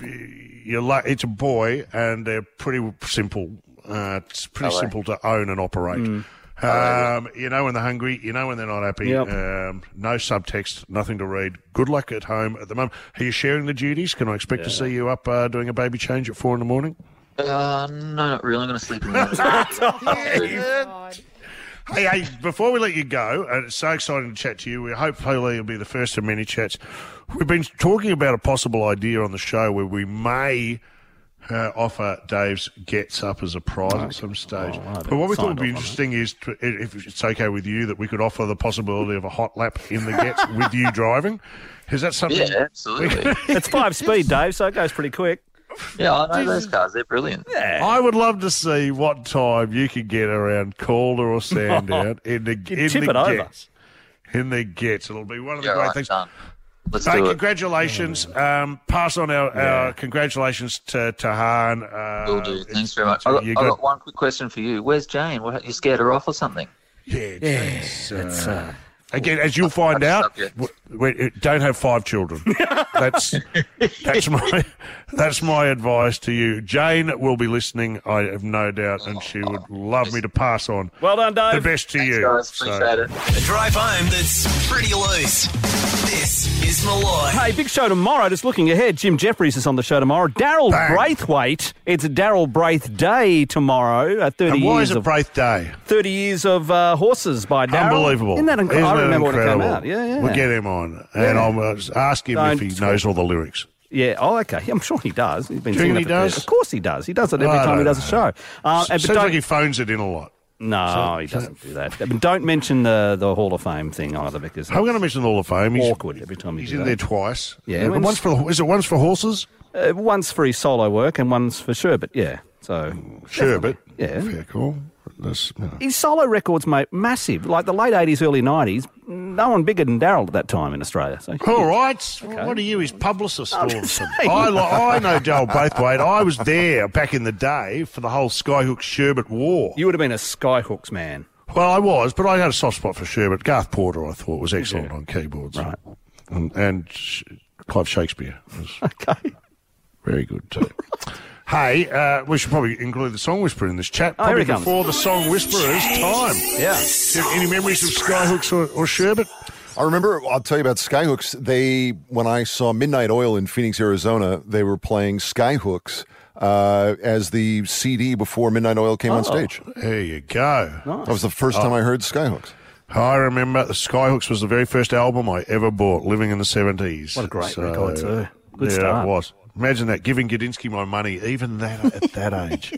you're like it's a boy, and they're pretty simple. Uh, it's pretty Are they? simple to own and operate. Hmm. Um, you know when they're hungry. You know when they're not happy. Yep. Um, no subtext, nothing to read. Good luck at home at the moment. Are you sharing the duties? Can I expect to see you up uh, doing a baby change at four in the morning? Uh, no, not really. I'm going to sleep in the Hey, hey, before we let you go, and it's so exciting to chat to you. We hopefully it'll be the first of many chats. We've been talking about a possible idea on the show where we may uh, offer Dave's gets up as a prize at some stage. but what we thought would be interesting is to, if if it's okay with you that we could offer the possibility of a hot lap in the gets with you driving. Is that something? it's five speed, Dave, so it goes pretty quick. Yeah, I know those cars. They're brilliant. I would love to see what time you could get around Calder or Sandown uh, in the in tip the it over. gets. In the gets, it'll be one of the Yeah, great right, things. done. Let's Hey, do it. congratulations! Um, pass on our, our congratulations to Tahan. Uh, Will do. Thanks it's- very much. I you got, I got one quick question for you. Where's Jane? What, you scared her off or something? Yeah, it's, uh, it's, uh, again, as you'll find out, w- we, don't have five children. that's that's my that's my advice to you. Jane will be listening, I have no doubt, and she Oh, would love me to pass on. Well done, Dave. The best to you. So- A drive home that's pretty loose. This is Malloy. Hey, big show tomorrow. Just looking ahead, Jim Jeffries is on the show tomorrow. Daryl Braithwaite. It's Daryl Braith Day tomorrow. Uh, Thirty And why years is it of Braith Day? Thirty years of uh, horses by Daryl. Unbelievable. Isn't that inc- Isn't I that remember when it came incredible? out. Yeah, yeah. We'll get him on, and I'll uh, ask him if Don't he talk. knows all the lyrics. Yeah. Oh, okay. I'm sure he does. He's been Do you singing think it he for- does? Of course he does. He does it every I time he don't does a show. Uh, and- but Sounds don't- like he phones it in a lot. no, So- he doesn't do that. But Don't mention the the Hall of Fame thing either, because I'm going to mention the Hall of Fame. He's, awkward every time you he's do in that. there twice. Yeah, but when's- once for the, is it once for horses? Uh, one's for his solo work and one's for Sherbet, yeah. So Sherbet, yeah. Fair call. That's, you know. His solo records, mate, massive. Like the late eighties, early nineties, no one bigger than Daryl at that time in Australia. So All right. What are you, his publicist I'm or just something? saying. I, li- I know Joel Braithwaite. I was there back in the day for the whole Skyhook Sherbet War. You would have been a Skyhooks man. Well, I was, but I had a soft spot for Sherbet. Garth Porter, I thought, was excellent on keyboards. Right. And, and Sh- Clive Shakespeare was okay. very good too. hey, uh, we should probably include the song whisperer in this chat. Oh, here Probably he comes. before the song whisperer's time. Yeah. Any memories of Skyhooks or, or Sherbet? I remember, I'll tell you about Skyhooks. They, when I saw Midnight Oil in Phoenix, Arizona, they were playing Skyhooks uh, as the CD before Midnight Oil came on Oh, stage. There you go. Oh. That was the first time I heard Skyhooks. I remember Skyhooks was the very first album I ever bought, living in the 70s. What a great record, too. Good yeah, start. it was. Imagine that, giving Gadinsky my money, even that at that age.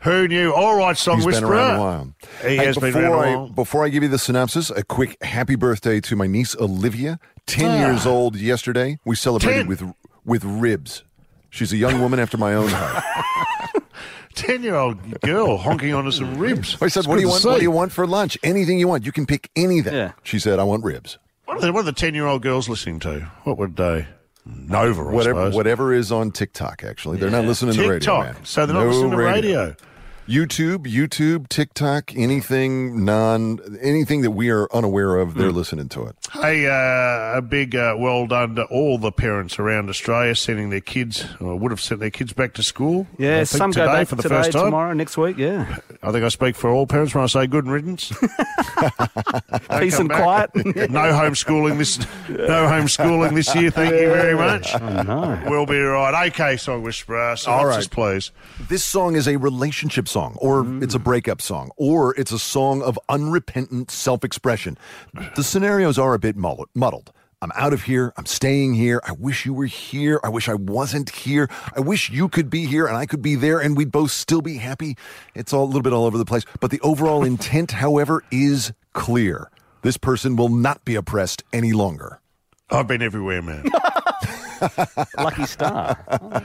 Who knew? All right, Song He's been Whisperer. around a while. He Hey, has been before around I, a while. Before I give you the synopsis, a quick happy birthday to my niece Olivia, ten Ah. years old yesterday. We celebrated 10. with with ribs. She's a young woman after my own heart. 10 year old girl honking onto some ribs. I said, It's "What do you good want? to What do see." you want for lunch? Anything you want. You can pick anything." Yeah. She said, "I want ribs." What are the- what are the 10 year old girls listening to? What would they? uh, Nova, I whatever, suppose. whatever is on TikTok. Actually, they're not listening to TikTok. radio. man. So they're not No listening to radio. radio. YouTube, YouTube, TikTok, anything non, anything that we are unaware of, Hmm. they're listening to it. Hey, uh, a big uh, well done to all the parents around Australia sending their kids, or would have sent their kids back to school. I Yeah, think some today go back for the today, first time. tomorrow, next week. Yeah, I think I speak for all parents when I say good riddance. They peace come and back. quiet. no homeschooling this. No homeschooling this year. Thank you very much. We'll be right. Okay, song whisperer. So All let's right. just please. This song is a relationship song, or it's a breakup song, or it's a song of unrepentant self expression. The scenarios are a bit muddled. muddled. I'm out of here. I'm staying here. I wish you were here. I wish I wasn't here. I wish you could be here and I could be there and we'd both still be happy. It's all a little bit all over the place. But the overall intent, however, is clear. This person will not be oppressed any longer. I've been everywhere, man. Lucky star. Oh,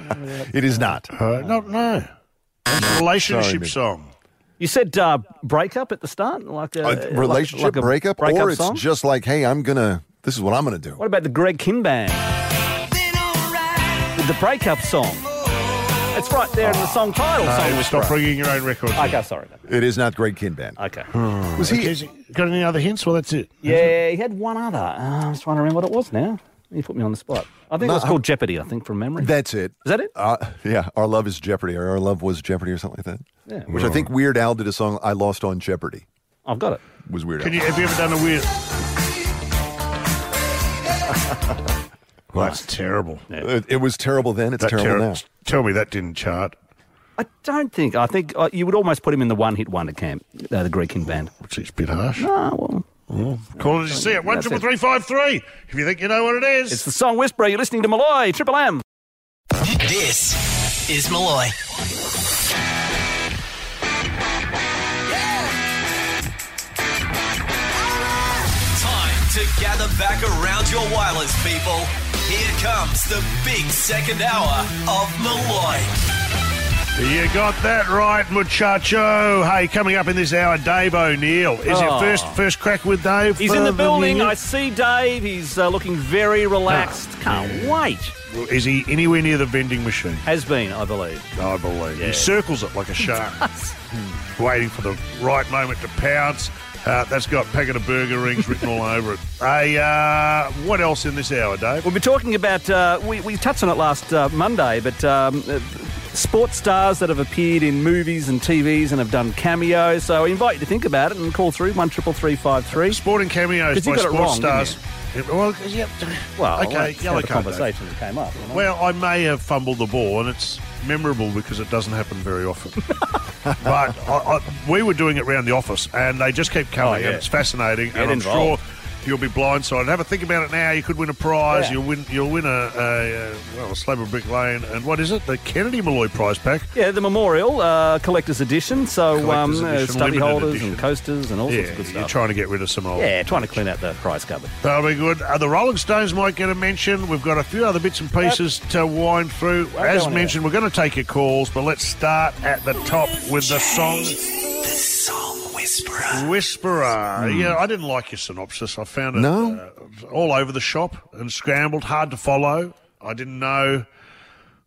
It is not. Uh, no, no. It's a relationship Nick. song. You said uh, breakup at the start, Uh, like a A Oh, relationship like, like a breakup, breakup or it's song? just like, hey, I'm going to, this is what I'm going to do. What about the Greg Kim band? With the breakup song. It's right there in the song title. No, song stop whisperer. bringing your own records. in. Hmm. Okay, sorry. It is not Greg Kinban. Okay. Was he- Okay, has got any other hints? Well, that's it. Yeah, he had one other. Uh, I'm just trying to remember what it was now. You put me on the spot. I think No, it was I- called Jeopardy, I think, from memory. That's it. Is that it? Uh, yeah, Our Love is Jeopardy, or Our Love was Jeopardy, or something like that. Yeah. Which Hmm. I think Weird Al did a song, I Lost on Jeopardy. I've got it. Was Weird Can Al. you, have you ever done a weird? Wow. That's terrible. It, it was terrible then, it's That terrible terri- Tell me that didn't chart. I don't think. I think uh, you would almost put him in the one hit wonder camp, uh, the Greek King band. Which is a bit harsh. Ah, well, Call it as you Mm-hmm. see it. One That's triple it. three five three. If you think you know what it is. it's the song Whisperer. You're listening to Malloy, Triple M. This is Malloy. Time to gather back around your wireless, people. Here comes the big second hour of Malloy. You got that right, muchacho. Hey, coming up in this hour, Dave O'Neill. Is Oh. it first first crack with Dave? He's in the Uh, building. yeah. I see Dave. He's uh, looking very relaxed. Oh. Can't wait. Is he anywhere near the vending machine? Has been, I believe. I believe. Yeah. He circles it like a shark, waiting for the right moment to pounce. Uh, that's got packet of burger rings written all over it. Hey, uh, what else in this hour, Dave? We'll be talking about, uh, we, we touched on it last uh, Monday, but um, uh, sports stars that have appeared in movies and TVs and have done cameos. So I invite you to think about it and call through 133353. Sporting cameos 'Cause you by got it sports wrong, didn't stars. Yeah, Well, yeah. Well, Okay, let's have yellow the card, Dave. conversation that came up. you know? Well, I may have fumbled the ball, and it's memorable because it doesn't happen very often. but I, I, we were doing it round the office, and they just keep coming, Oh, yeah. and it's fascinating. Get and I'm involved. sure you'll be blindsided. Have a think about it now. You could win a prize. Yeah. You'll win. You'll win a, a, uh well, a slab of brick lane, and what is it? The Kennedy Malloy Prize Pack. Yeah, the memorial uh, collector's edition. So Collector's um, uh, edition, stubby limited holders edition. and coasters and all sorts Yeah, of good you're stuff. trying to get rid of some old. yeah, trying to clean out the prize cupboard. That'll be good. Uh, the Rolling Stones might get a mention. We've got a few other bits and pieces to wind through. As going mentioned, we're going to take your calls, but let's start at the top with the song The song whisperer. Whisperer. Yeah, I didn't like your synopsis. I found it Hmm. No? uh, all over the shop and scrambled, hard to follow. I didn't know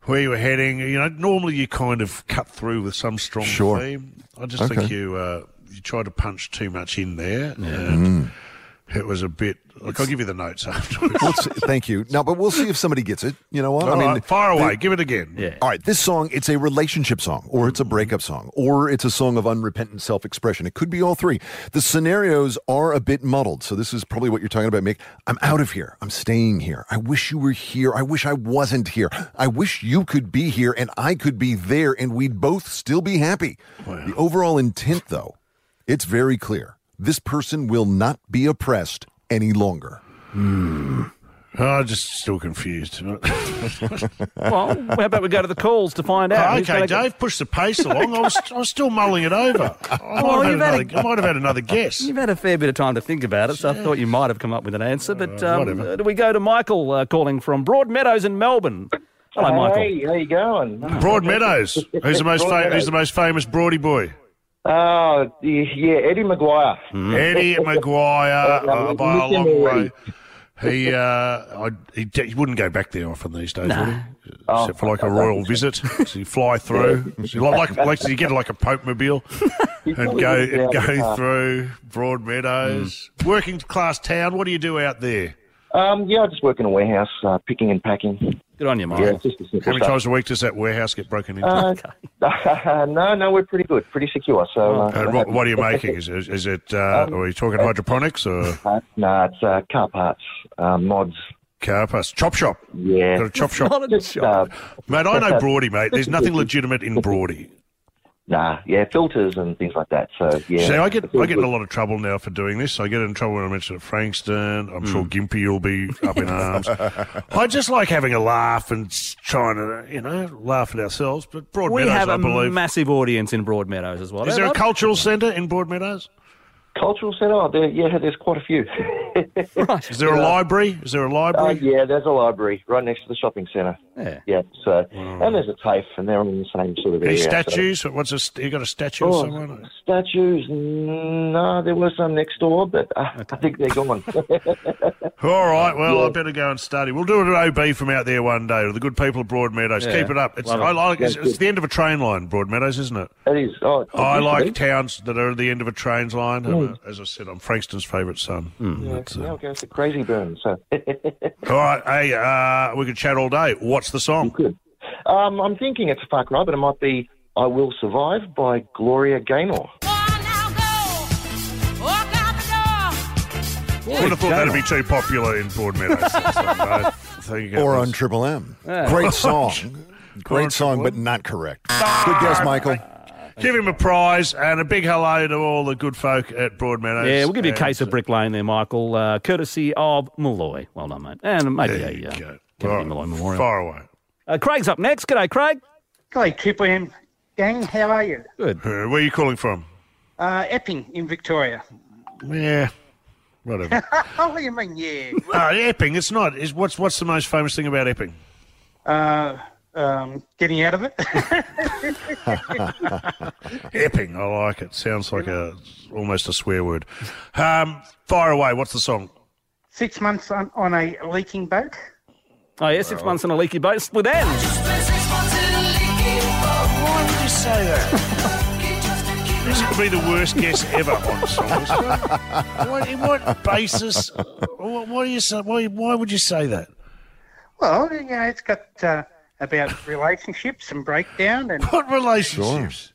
where you were heading. You know, normally you kind of cut through with some strong Sure. theme. I just Okay. think you uh, you tried to punch too much in there, and Hmm. it was a bit. Like, I'll give you the notes afterwards. now. Let's- thank you. No, but we'll see if somebody gets it. You know what? All right, uh, fire away. the- Give it again. Yeah. all right, this song, it's a relationship song, or it's a breakup song, or it's a song of unrepentant self expression. It could be all three. The scenarios are a bit muddled. So, this is probably what you're talking about, Mick. I'm out of here. I'm staying here. I wish you were here. I wish I wasn't here. I wish you could be here and I could be there and we'd both still be happy. The overall intent, though, it's very clear. This person will not be oppressed any longer. Oh, I'm just still confused. well, how about we go to the calls to find out? who's okay, gonna get- Dave, push the pace along. I was, I was still mulling it over. I Well, might, have Oh, you've had had a- another, I might have had another guess. You've had a fair bit of time to think about it, so I thought you might have come up with an answer. But um, whatever. uh, do we go to Michael uh, calling from Broadmeadows in Melbourne? Hello, Michael. Hey, how you going? Broadmeadows. Who's the most fam- Broadmeadows. Who's the most famous Broady boy? Oh, Hmm. yeah, Eddie Maguire. Eddie Maguire uh, by a long way. He uh, I, he, d- he wouldn't go back there often these days, would he? Except for Oh, like a royal visit. So you fly through. So you like, like, so you get like a Pope mobile and go and go through Broadmeadows. Hmm. Working class town. What do you do out there? Um, yeah, I just work in a warehouse, uh, picking and packing. Good on you, mate. Yeah, just a simple How many stuff. times a week does that warehouse get broken into? Uh, no, no, we're pretty good, pretty secure. So, uh, and Oh. what, what are you making? Is, is is it? Uh, are you talking hydroponics or Um, no, it's uh, car parts, uh, mods. Car parts, chop shop. Yeah, uh, Got a chop shop. mate, I know Broady, mate. There's nothing legitimate in Broady. Nah, yeah, filters and things like that. So, yeah. See, I get I get in a lot of trouble now for doing this. I get in trouble when I mention it at Frankston. I'm sure Gimpy will be up in arms. I just like having a laugh and s- trying to, you know, laugh at ourselves. But we Broadmeadows, have a I believe. massive audience in Broadmeadows as well. Is Eh, there a Rob? cultural centre in Broadmeadows? Cultural centre? Oh, there, yeah, there's quite a few. Is there a Yeah. library? Is there a Uh, library? yeah, there's a library right next to the shopping centre. Yeah. Yeah, so, and there's a TAFE, and they're all in the same sort of Oh. Any area. so- statues? What's a st- you got a statue of Oh, someone? Statues? No, Mm, there were some next door, but uh, I think they're gone. All right, well, Yeah. I better go and study. We'll do it at OB from out there one day. The good people of Broadmeadows, Yeah. keep it up. It's, Love it. I like it's, Yeah, it's the end of a train line, Broadmeadows, isn't it? it is. Oh, it I used to like be. towns that are at the end of a trains line. I'm a- Mm. as I said, I'm Frankston's favourite son. Yeah, That's, uh, now it goes to Crazy Burn. So, All right, hey, uh, we could chat all day. What's the song? um, I'm thinking it's a far cry, but it might be "I Will Survive" by Gloria Gaynor. Would have thought that'd be too popular in Broadmeadows. I think it Or was. on Triple M. Yeah. Great song. on Great song, Triple but not correct. Good guess, Michael. Give him a prize and a big hello to all the good folk at Broadmeadows. Yeah, we'll give you a And- case of Brick Lane there, Michael, uh, courtesy of Malloy. Well done, mate. And maybe There a you uh, go. Kennedy All right, Malloy Memorial. Far away. Uh, Craig's up next. G'day, Craig. G'day, Cooper and gang. How are you? Good. Uh, where are you calling from? Uh, Epping in Victoria. Yeah, whatever. what do you mean, yeah? Uh, Epping, it's not. Is what's what's the most famous thing about Epping? Uh, um, getting out of it. Epping, I like it. Sounds like a almost a swear word. Um, fire away. What's the song? Six months on, on a leaking boat. Oh, yeah, six months on a leaky boat with Anne. Why would you say that? This could be the worst guess ever on songs. what, in what basis? What, what do you say? Why, why would you say that? Well, you know, it's got uh, about relationships and breakdown and what relationships?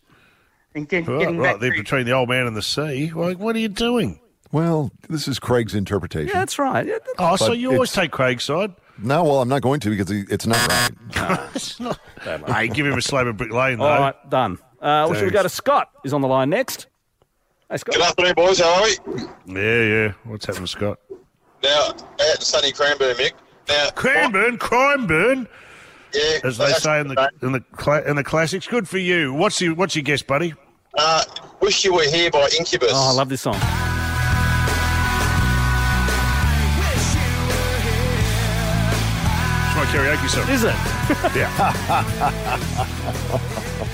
And get, Oh, Right, getting right back there between the old man and the sea. Like, what are you doing? Well, this is Craig's interpretation. that's right. Oh, so But you always it's- take Craig's side? No, well, I'm not going to because he- it's not Ah. right. It's not- hey, give him a slab of brick lane, though. All right, done. Uh, well, should we Thanks. go to Scott? Is on the line next. Hey, Scott. Good afternoon, boys. How are we? Yeah, yeah. What's happening, Scott? Now, at sunny Cranbourne, Mick. Now, Cranburn, Crimeburn, yeah, as they say in the in the cla in the classics. Good for you. What's your what's your guess, buddy? uh, "Wish You Were Here" by Incubus. Oh, I love this song. It's my karaoke song. Is it?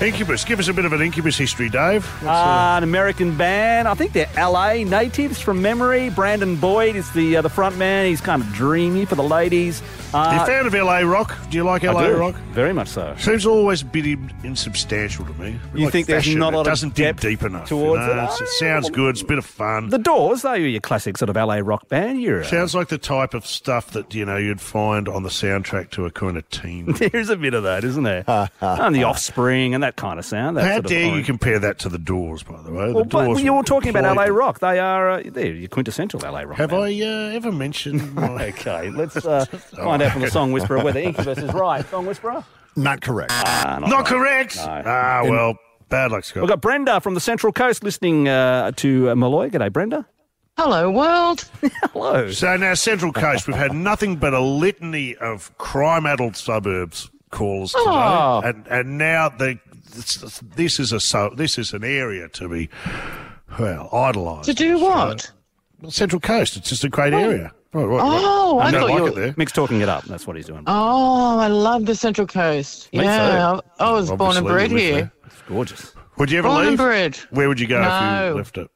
yeah. incubus. Give us a bit of an incubus history, Dave. Uh, an American band. I think they're LA natives from memory. Brandon Boyd is the uh, the front man. He's kind of dreamy for the ladies. you Uh, a fan of LA rock? Do you like I LA do. rock? Very much so. Seems always a bit in- insubstantial to me. A bit You like think there's fashion. not a lot it of doesn't dig deep enough towards you it? know? It's- It sounds good. It's a bit of fun. The Doors, they were your classic sort of LA rock band. You're a- Sounds like the type of stuff that you know you'd find on the soundtrack to a kind of teen. There's a bit of that, isn't there? Ah. and the Offspring and that kind of sound. That How sort of dare you orange- compare that to the Doors? By the way, Well, the but Doors. you're talking about LA played- rock. They are uh, they're your quintessential LA rock. Have I uh, ever mentioned? My... Oh. okay, let's uh, Find out from the Song Whisperer whether Incubus is right. Song Whisperer? Not correct. Ah, not, correct. Ah, well, bad luck, Scott. We've got Brenda from the Central Coast listening uh, to uh, Malloy. G'day, Brenda. Hello, world. Hello. So now, Central Coast, we've had nothing but a litany of crime-addled suburbs calls today, Oh. and and now the this, this is a so this is an area to be well idolised. To do what? Well, Central Coast, it's just a great area. Right, right, right. Oh, I don't thought like you it there. Mick's talking it up. That's what he's doing. Oh, I love the Central Coast. Me yeah, too. I I was born and Obviously, bred you live here. there. It's gorgeous. Would you ever Born and leave? bred. Where would you go if No. you left it?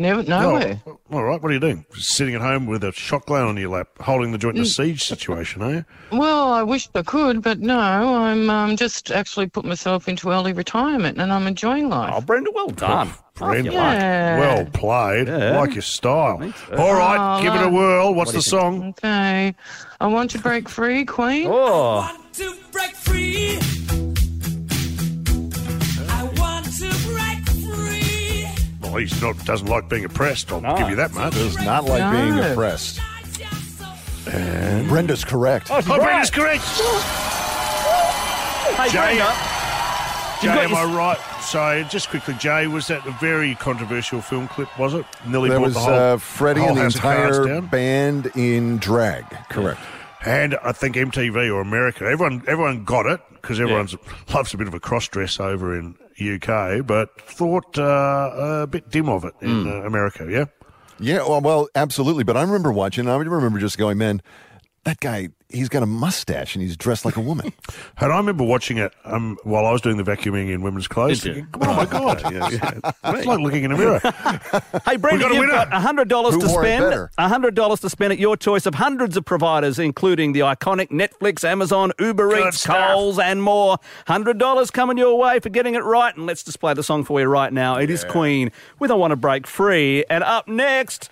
Never, nowhere. Oh, all right, what are you doing? Sitting at home with a shotgun on your lap, holding the joint in a Mm. siege situation, eh? are you? Well, I wished I could, but no. I'm um, just actually put myself into early retirement, and I'm enjoying life. Oh, Brenda, well done. Brent, Well played. Yeah. Like your style. All right, Oh, give it a look. whirl. What's What do the you song? Okay. I want to break free, Queen. Oh. to break free. I want to break free. Well, he's not doesn't like being oppressed. I'll give you that much. Does not like being No. oppressed. Brenda's correct. Oh, Brenda's correct. Hey, Jay, Brenda. Jay, You've got am your- I right? So, just quickly, Jay, was that a very controversial film clip? Was it? Nearly That brought was the whole, uh, Freddie whole and the house of cards entire down. band in drag. Correct. And I think MTV or America, everyone everyone got it because everyone loves a bit of a cross dress over in UK, but thought uh, a bit dim of it in Hmm. uh, America. Yeah. Yeah, well, well, absolutely. But I remember watching, and I remember just going, man, that guy, he's got a mustache and he's dressed like a woman. And I remember watching it um, while I was doing the vacuuming in women's clothes. Did you? thinking, Oh my god! yeah, yeah. It's like looking in a mirror. Hey, Brenda, We got a you've winner. got hundred dollars Who to wore it spend. better? hundred dollars to spend at your choice of hundreds of providers, including the iconic Netflix, Amazon, Uber Good Eats, stuff. Coles, and more. Hundred dollars coming your way for getting it right. And let's display the song for you right now. It is Queen with "I Want to Break Free." And up next,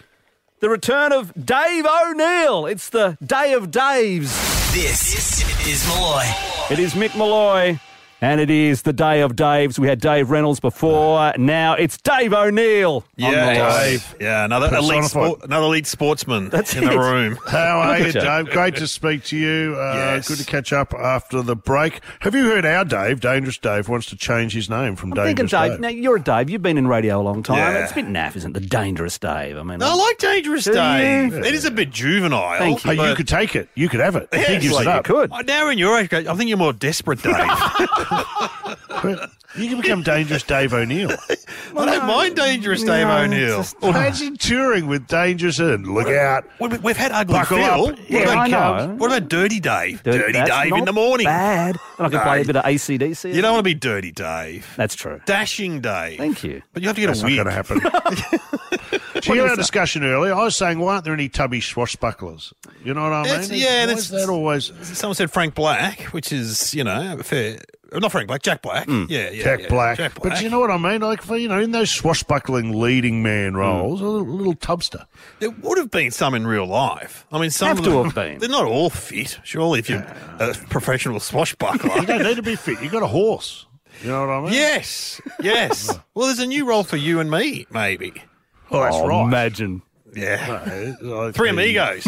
the return of Dave O'Neill. It's the Day of Daves. This is Malloy. It is Mick Malloy. And it is the day of Dave's. We had Dave Reynolds before. Now it's Dave O'Neill. on the line. Yeah, another elite, Personified. sport, another elite sportsman That's in the it. room. How are you, Look at Dave? Great to speak to you. Uh, Yes. Good to catch up after the break. Have you heard our Dave, Dangerous Dave, wants to change his name from I'm thinking Dangerous Dave. Dave? Now you're a Dave. You've been in radio a long time. Yeah. It's a bit naff, isn't it? The dangerous Dave. I mean, No, I like Dangerous Do Dave. you? It is a bit juvenile. Thank you. Hey, you could take it. You could have it. Yeah, he gives it's it like- up. Oh, Now in your age, I think you're more desperate, Dave. You can become Dangerous Dave O'Neill. I don't mind Dangerous Dave No, O'Neill. just Imagine touring with Dangerous and look out. We, have had Ugly Buckle Phil. Up. What, Yeah, about, I know. what about Dirty Dave? Dirty- Dirty that's Dave in not the morning. bad. And I can play a No. bit of ACDC. You don't want to be Dirty Dave. That's true. Dashing Dave. Thank you. But you have to get That's a not wig. gonna happen. Do you What hear is our that? discussion earlier? I was saying, why aren't there any tubby swashbucklers? You know what I That's- mean? yeah, Why that's is that always. Someone said Frank Black, which is you know fair. Not Frank Black, Jack Black. Yeah, yeah, Hmm. Jack yeah. Black. Jack But Black. you know what I mean? Like, for, you know, in those swashbuckling leading man Hmm. roles, a little, little tubster. There would have been some in real life. I mean, some Have of to them- have been. They're not all fit, surely. If you're a professional swashbuckler, You don't need to be fit. You got a horse. You know what I mean? Yes, yes. well, there's a new role for you and me, maybe. Oh, that's Oh, right. Imagine. Yeah. No, I- Three amigos.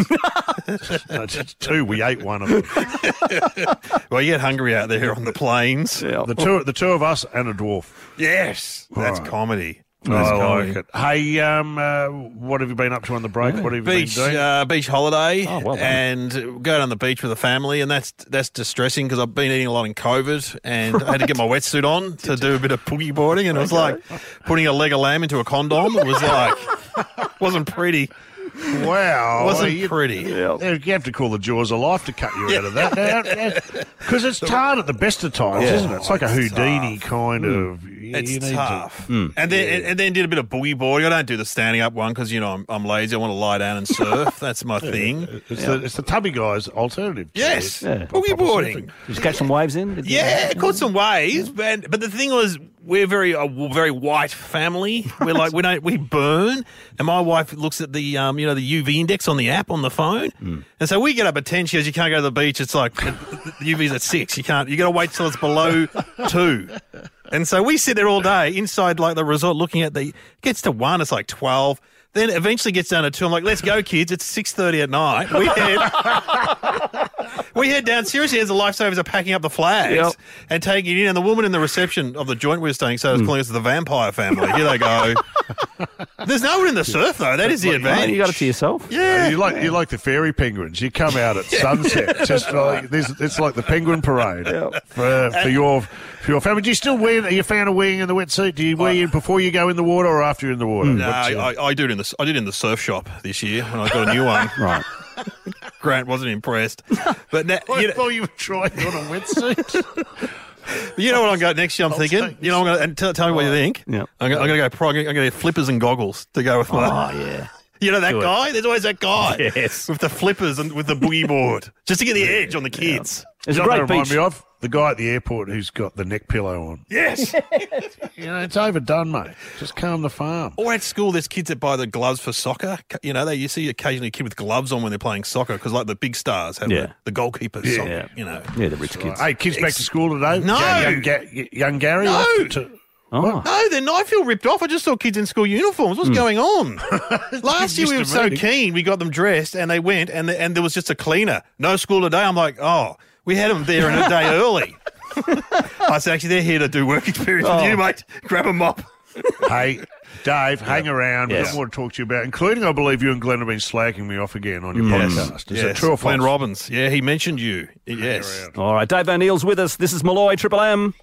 No, just two. We ate one of them. well, you get hungry out there on the plains. The two, the two of us and a dwarf. Yes, that's Right. comedy. That's I comedy. like it. Hey, um, uh, what have you been up to on the break? What have you beach been doing? uh, beach holiday Oh, well done. and go down the beach with the family and that's that's distressing because I've been eating a lot in COVID and I had to get my wetsuit on to do a bit of boogie boarding and it was like putting a leg of lamb into a condom It was like wasn't pretty Wow, oh, wasn't you- pretty You have to call the jaws of life to cut you out of that, because it's hard at the best of times, Yeah. isn't it? It's like a Oh, it's Houdini kind Mm. of. It's you need to- Hmm. tough. and then and, and then did a bit of boogie boarding I don't do the standing up one because you know I'm, I'm lazy I want to lie down and surf that's my thing It's, the, it's the tubby guy's alternative. to Yes, the- boogie proper boarding. surfing. Just catch some waves in. Did you- Yeah, caught some waves, but but the thing was, we're very a w- very white family. We're like we don't we burn, and my wife looks at the um you know the UV index on the app on the phone, and so we get up at ten. She goes, "You can't go to the beach. It's like the the UV's at six. You can't. You got to wait till it's below two. And so we sit there all day inside like the resort, looking at the gets to one. It's like twelve. Then eventually gets down to two. I'm like, let's go, kids. It's six thirty at night. We head, we head down. Seriously, as the lifesavers are packing up the flags Yep. and taking it in, and the woman in the reception of the joint we were staying, Mm. so is calling us the vampire family. Here they go. There's no one in the surf though. That is the advantage. You got it to yourself. Yeah. You like you like the fairy penguins. You come out at sunset. Just like this, it's like the penguin parade for, for your for your family. Do you still wear? Are you a fan of wearing in the wetsuit? Do you wear it before you go in the water or after you're in the water? No, What's your- Hmm. I, I, I do it in the I did it in the surf shop this year, and I got a new one. right. Grant wasn't impressed, but now, I you know, thought you were trying on a wetsuit. You know what I'm going next year? I'm thinking. You know, I'm going to and tell, tell me what you think. Yeah. I'm, go- I'm going to go. Pro, I'm going to get flippers and goggles to go with my. Oh yeah. You know that Do it. guy? There's always that guy. Yes. With the flippers and with the boogie board, just to get the edge on the kids. You know what they remind me of? The guy at the airport who's got the neck pillow on. Yes. you know, it's overdone, mate. Just calm the farm. Or at school, there's kids that buy the gloves for soccer. C- You know, they you see occasionally a kid with gloves on when they're playing soccer because like the big stars have Yeah. the, the goalkeepers. Yeah. sock, you know. Yeah, the rich kids. Hey, kids back Ex- to school today? No. Young, young, young Gary? No. off to- Oh. Hmm. No, then I feel ripped off. I just saw kids in school uniforms. What's going on? Last year we were Missed a so meeting. keen. We got them dressed and they went and the, and there was just a cleaner. No school today. I'm like, oh, we had them there in a day early. I said, actually, they're here to do work experience with Oh. you, mate. Grab a mop. hey, Dave, hang around. We've Yes. got more to talk to you about, including, I believe, you and Glenn have been slacking me off again on your Yes. podcast. Is that Yes. true or false? Glenn Robbins. Yeah, he mentioned you. Yes. All right, Dave O'Neill's with us. This is Malloy Triple M.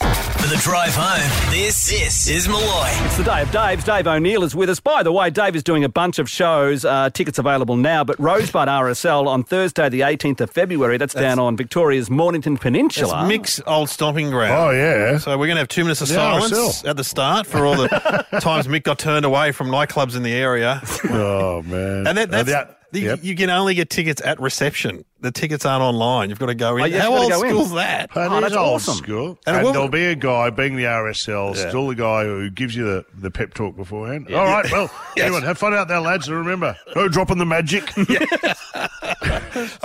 For the drive home, this, this is Malloy. It's the day of Dave's. Dave O'Neill is with us. By the way, Dave is doing a bunch of shows. Uh, tickets available now, but Rosebud RSL on Thursday, the 18th of February. That's, down on Victoria's Mornington It's Peninsula. Mick's old stomping ground. Oh, yeah. So we're going to have two minutes of Yeah, silence RSL. at the start for all the times Mick got turned away from nightclubs in the area. Oh, man. And that, Uh, that's, the, you can only get tickets at reception. The tickets aren't online. You've got to go in. Oh, yeah, How you've old gotta go in. Oh, school's that? That is old School. Oh, And And, a woman- there'll be a guy, being the RSL, Yeah. still the guy who gives you the, the pep talk beforehand. Yeah. All right, well, Yes. everyone, have fun out there, lads, and remember, no dropping the magic. a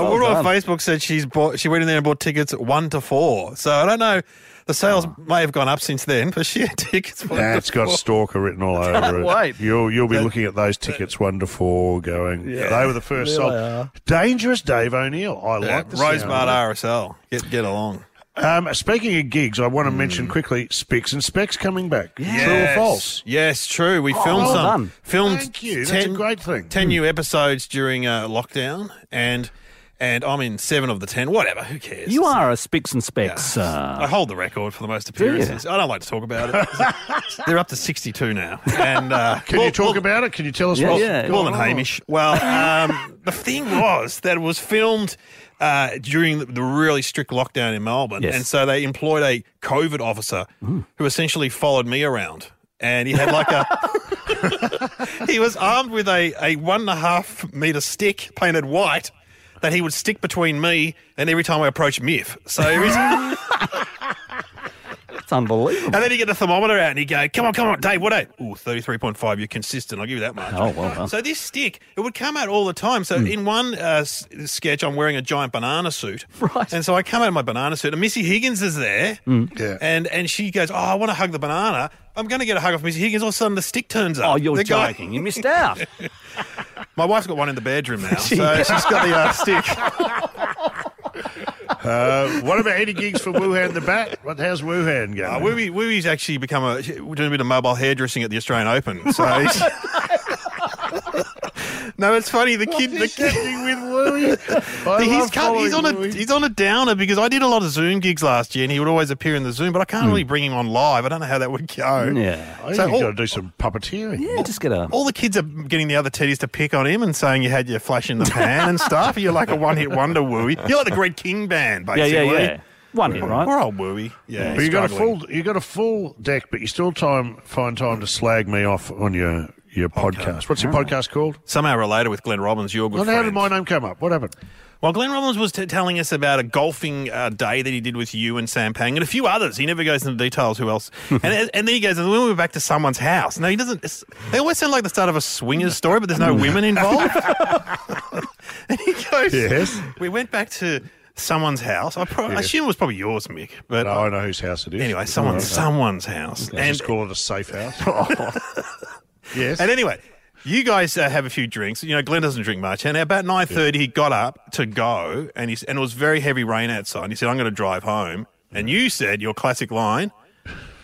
woman on Facebook said she's bought, she went in there and bought tickets at one to four. So I don't know. The sales may have gone up since then, but she had tickets. one Nah, to it's got four. stalker written all Can't over it. wait. You'll you'll be looking at those tickets one to four, going. Yeah. they were the first There sold. they are. Dangerous Dave O'Neill. I Yeah, like the Rosebud sound of RSL. Get get along. it. Um, speaking of gigs, I want to mention quickly Specs and Specs coming back. True or Yes. false? Yes, true. We Oh, filmed well some. done. Filmed Thank you. That's a great thing. Ten new episodes during uh, lockdown, and and I'm in seven of the ten. Whatever, who cares? You are a Spicks and Specks. Uh, I hold the record for the most Do you? appearances. I don't like to talk about it. They're up to sixty-two now. And uh, Can well, you talk about it? Can you tell us Oh. Yeah, what's yeah. Oh. going Well, and on? Hamish. Well, um, the thing was that it was filmed uh, during the, the really strict lockdown in Melbourne, Yes. and so they employed a COVID officer who essentially followed me around, and he had like a. he was armed with a, a one and a half meter stick painted white that he would stick between me and every time I approached Miff. So every time- it's unbelievable. and then you get the thermometer out and you go, come on, come on, Dave, what eight? Ooh, 33.5, you're consistent. I'll give you that much. Oh, well, Hmm. well. So this stick, it would come out all the time. So in one uh, s- sketch, I'm wearing a giant banana suit. Right. And so I come out of my banana suit and Missy Higgins is there. Yeah. And, and she goes, oh, I want to hug the banana. I'm going to get a hug off Missy Higgins. All of a sudden, the stick turns up. Oh, you're The guy- joking. You missed out. my wife's got one in the bedroom now. so she's got the uh, stick. Uh, what about any gigs for Wuhan the Bat? What, how's Wuhan going? Uh, Wooby, Wooby's actually become a we're doing a bit of mobile hairdressing at the Australian Open. So he's- no, it's funny. The kid, the kid, with Wooey? I he's, love cut, he's on following a Wooey. he's on a downer because I did a lot of Zoom gigs last year, and he would always appear in the Zoom, but I can't really bring him on live. I don't know how that would go. Hmm. Yeah. I think So you've got all, to do some puppeteering. Yeah, just get a. all the kids are getting the other teddies to pick on him and saying you had your flash in the pan and stuff. You're like a one hit wonder, Wooey. You're like the Great King band, Yeah, basically. yeah, yeah. One hit, right? Poor old Wooey. Yeah, but you got a struggling. full you got a full deck, but you still time find time to slag me off on your your podcast. What's your podcast called? somehow related with Glenn Robbins, your good Well, friend. how did my name come up? What happened? Well, Glenn Robbins was t- telling us about a golfing uh, day that he did with you and Sam Pang and a few others. He never goes into details who else. and, and then he goes, and then we were back to someone's house. No, he doesn't. It's, they always sound like the start of a swingers story, but there's no women involved. and he goes, Yes. We went back to someone's house. I, pro- I Yes. assume it was probably yours, Mick. But No, I know whose house it is. anyway, someone, Alright. someone's house. Let's just call it a safe house. yes. And anyway, you guys uh, have a few drinks. You know, Glenn doesn't drink much. And about nine thirty, he got up to go, and he s- and it was very heavy rain outside. And he said, "I'm going to drive home." And you said your classic line,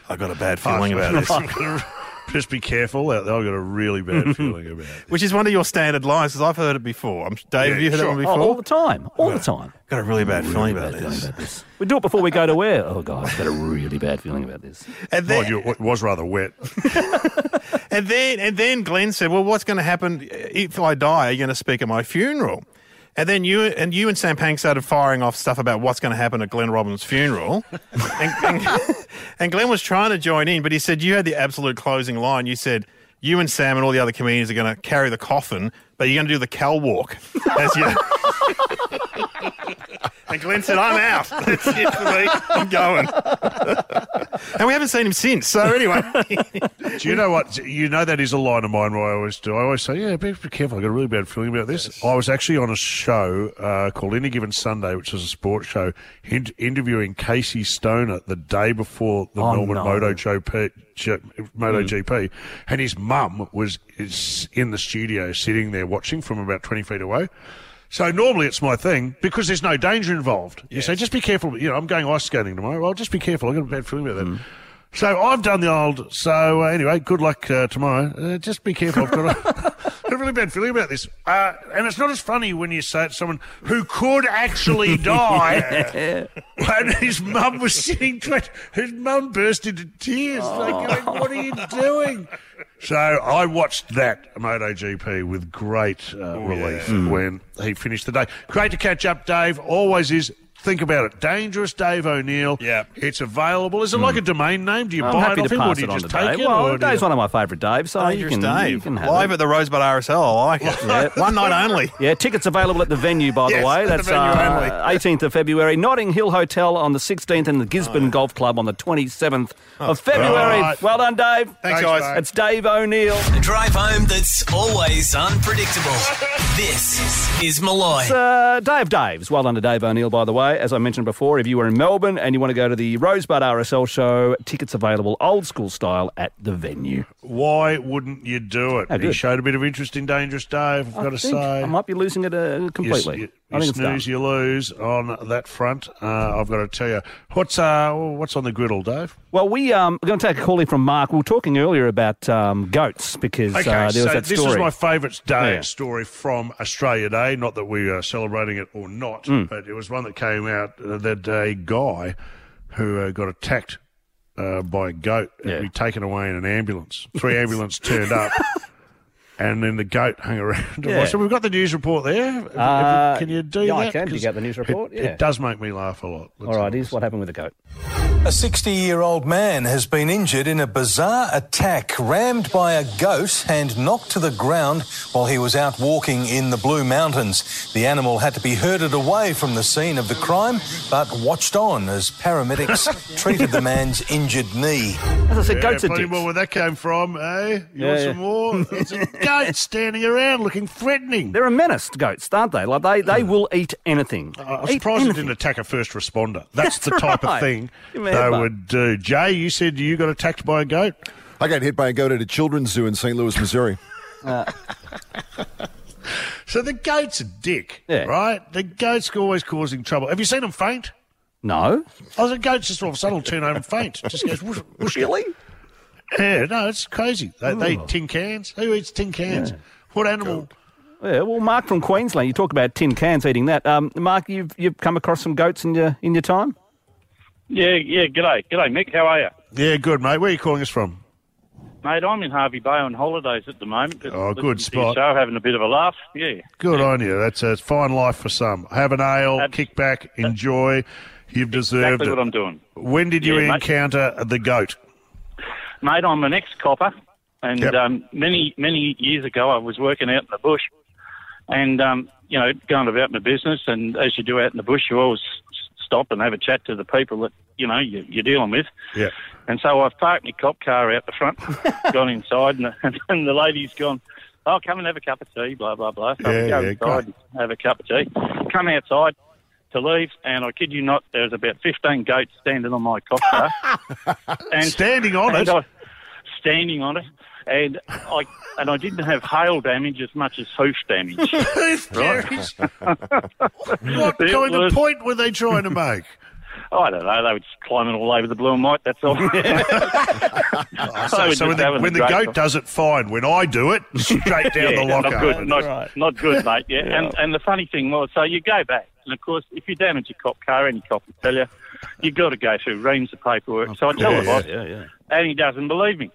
"I got a bad feeling about this," Just be careful out there. I've got a really bad feeling about it. which is one of your standard lines because I've heard it before. I'm, Dave, have Yeah, you heard sure. that one Oh, before? all the time. All the time. got a really bad feeling about this. We do it before we go to where? Oh, God, I've got a really bad feeling about this. And then, Mind you, it was rather wet. And then, and then Glenn said, "Well, what's going to happen if I die? Are you going to speak at my funeral?" And then you and you and Sam Pang started firing off stuff about what's going to happen at Glenn Robbins' funeral. and, and, and Glenn was trying to join in, but he said you had the absolute closing line. You said you and Sam and all the other comedians are going to carry the coffin, but you're going to do the cow walk. As you, and Glenn said, "I'm out. That's it for me. I'm going." and we haven't seen him since. So anyway, Do you know what? You know that is a line of mine. Where I always do. I always say, "Yeah, be, be careful." I got a really bad feeling about this. I was actually on a show uh, called Any Given Sunday, which was a sports show, in- interviewing Casey Stoner the day before the Oh, Melbourne no. Moto GP, G- Moto Mm. GP, and his mum was is in the studio, sitting there watching from about twenty feet away. So normally it's my thing because there's no danger involved. You say, just be careful. You know, I'm going ice skating tomorrow. Well, just be careful. I got a bad feeling about that. So I've done the old. So uh, anyway, good luck uh, tomorrow. Uh, just be careful. I've got a, got a really bad feeling about this. Uh, and it's not as funny when you say it to someone who could actually die. and his mum was sitting. twen- His mum burst into tears. Like, going, what are you doing? So I watched that MotoGP with great Oh, uh, relief Hmm. when he finished the day. Great to catch up, Dave. Always is. Think about it. Dangerous Dave O'Neill. Yeah. It's available. Is it like a domain name? Do you Hmm. I'm buy happy it off to him or pass do it you on just to take Dave. it? Well, or do you- Oh, Dave's one of my favourite Daves, so you Dangerous can, you Dave. can have Live it. at the Rosebud RSL. I like it. One night only. Yeah, tickets available at the venue, by Yes, the way. at the That's venue uh, 18th of February. Notting Hill Hotel on the 16th and the Oh, Gisborne Golf Club on the 27th of February. right. Well done, Dave. Thanks, guys. mate. It's Dave O'Neill. A drive home that's always unpredictable. This is Malloy. It's uh, Dave Daves. Well done to Dave O'Neill, by the way. As I mentioned before, if you were in Melbourne and you want to go to the Rosebud RSL show, tickets available old school style at the venue. Why wouldn't you do it? Oh, he good. showed a bit of interest in Dangerous Dave, I've I got to think say. I might be losing it uh, You s- completely. You, I you think it's done. snooze, you lose on that front. Uh, I've got to tell you, what's uh, what's on the griddle, Dave? Well, we um, are going to take a call here from Mark. We were talking earlier about um, goats because Okay, uh, there so was that this story. is my favourite day Yeah. story from Australia Day. Not that we are celebrating it or not, Mm. but it was one that came out uh, that a guy who uh, got attacked uh, by a goat and be taken away in an ambulance. Three ambulances turned up. And then the goat hung around. Yeah. So we've got the news report there. Have you- have Uh, you- can you do yeah, that? I can. Do you 'Cause get the news it- report? It, Yeah. does make me laugh a lot. All right, here's what happened with the goat. A 60 year old man has been injured in a bizarre attack rammed by a goat and knocked to the ground while he was out walking in the Blue Mountains. The animal had to be herded away from the scene of the crime but watched on as paramedics treated the man's injured knee. As I yeah, plenty more where that came from, eh? You want Yeah, some yeah. more? There's a goat standing around looking threatening. They're a menace, goats, aren't they? Like they, they will eat anything. Uh, I'm Eat surprised it anything. didn't attack a first responder. That's, That's the type right. of thing Give me a they headbutt. would do. Jay, you said you got attacked by a goat. I got hit by a goat at a children's zoo in St. Louis, Missouri. Uh. So the goat's a dick, Yeah. right? The goat's always causing trouble. Have you seen him faint? No. Oh, the goat's just all of a sudden will turn over and faint. Just goes, whoosh, whoosh. Really? Oh. Yeah, no, it's crazy. They, they eat tin cans. Who eats tin cans? What animal? Yeah, well, Mark from Queensland, you talk about tin cans eating that. Um, Mark, you've you've come across some goats in your in your time. Yeah, yeah. G'day, g'day, Mick. How are you, Yeah, good, mate. Where are you calling us from? mate? I'm in Harvey Bay on holidays at the moment. but Oh, listening good to your spot. Show having a bit of a laugh. Yeah, Good on you. That's a fine life for some. Have an ale, kick back, enjoy. You've deserved exactly it. what I'm doing, When did you Yeah, mate. encounter the goat? mate. I'm an ex-copper, and Yep. um, many, many years ago, I was working out in the bush, and um, you know, going about my business. And as you do out in the bush, you always s- stop and have a chat to the people that you know you, you're dealing with. Yeah. And so I've parked my cop car out the front, gone inside, and the, and the lady's gone, oh, come and have a cup of tea, blah, blah, blah. So Yeah, I go yeah, inside and have a cup of tea. Come outside to leave, and I kid you not, there's about 15 goats standing on my cop car. and, standing on it? I, standing on it. And I, and I didn't have hail damage as much as hoof damage. Hoof damage? What It kind was- of point were they trying to make? Oh, I don't know. They were just climbing all over the blue and white. That's all. So, so when the, when the goat does it, fine. When I do it, straight down Yeah, the locker. Not good, not, not good mate. Yeah. And, and the funny thing was, so you go back, and of course, if you damage your cop car, any cop will tell you, you've got to go through reams of paperwork. so I tell the boss, yeah, yeah. and he doesn't believe me.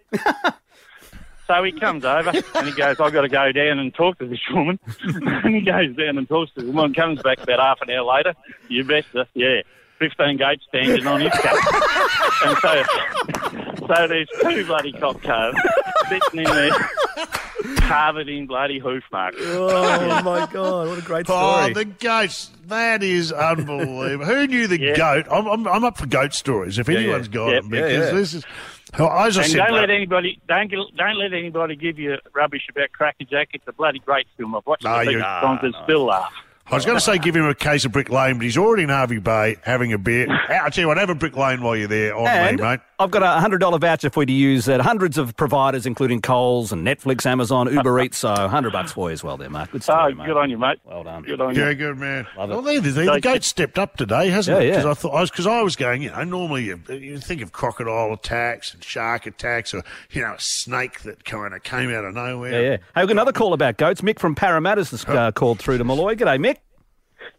So he comes over and he goes, I've got to go down and talk to this woman. and he goes down and talks to the woman, comes back about half an hour later. You better, yeah. 15 gates standing on his cap. and so, so there's two bloody cop cars sitting in there, covered in bloody hoof marks. Oh, my God, what a great Oh, the goats. That is unbelievable. Who knew the goat? I'm, I'm, I'm up for goat stories if Yeah, anyone's yeah. got Yep. them Yeah, because yeah. this is. Oh, as I and said, don't mate, let anybody don't gi- don't let anybody give you rubbish about Crackerjack. It's a bloody great film. I've watched No, it a you- Ah, bunch of times and still laugh. I was going to say give him a case of Brick Lane, but he's already in Harvey Bay having a beer. I'll tell you what, have a Brick Lane while you're there on and me, mate. I've got a hundred dollar voucher for you to use at hundreds of providers, including Coles and Netflix, Amazon, Uber Eats. So hundred bucks for you as well, there, Mark. Good story, mate. Oh, Good on you, mate. Well done. Good on Yeah, you. good man. Love it. Well, there, there, the gate stepped up today, hasn't Yeah, it? yeah. Because I thought I was because I was going. You know, normally you, you think of crocodile attacks and shark attacks, or you know, a snake that kind of came out of nowhere. Yeah, yeah. Hey, we've got another call about goats. Mick from Parramatta's has, uh, called through to Malloy. G'day, Mick.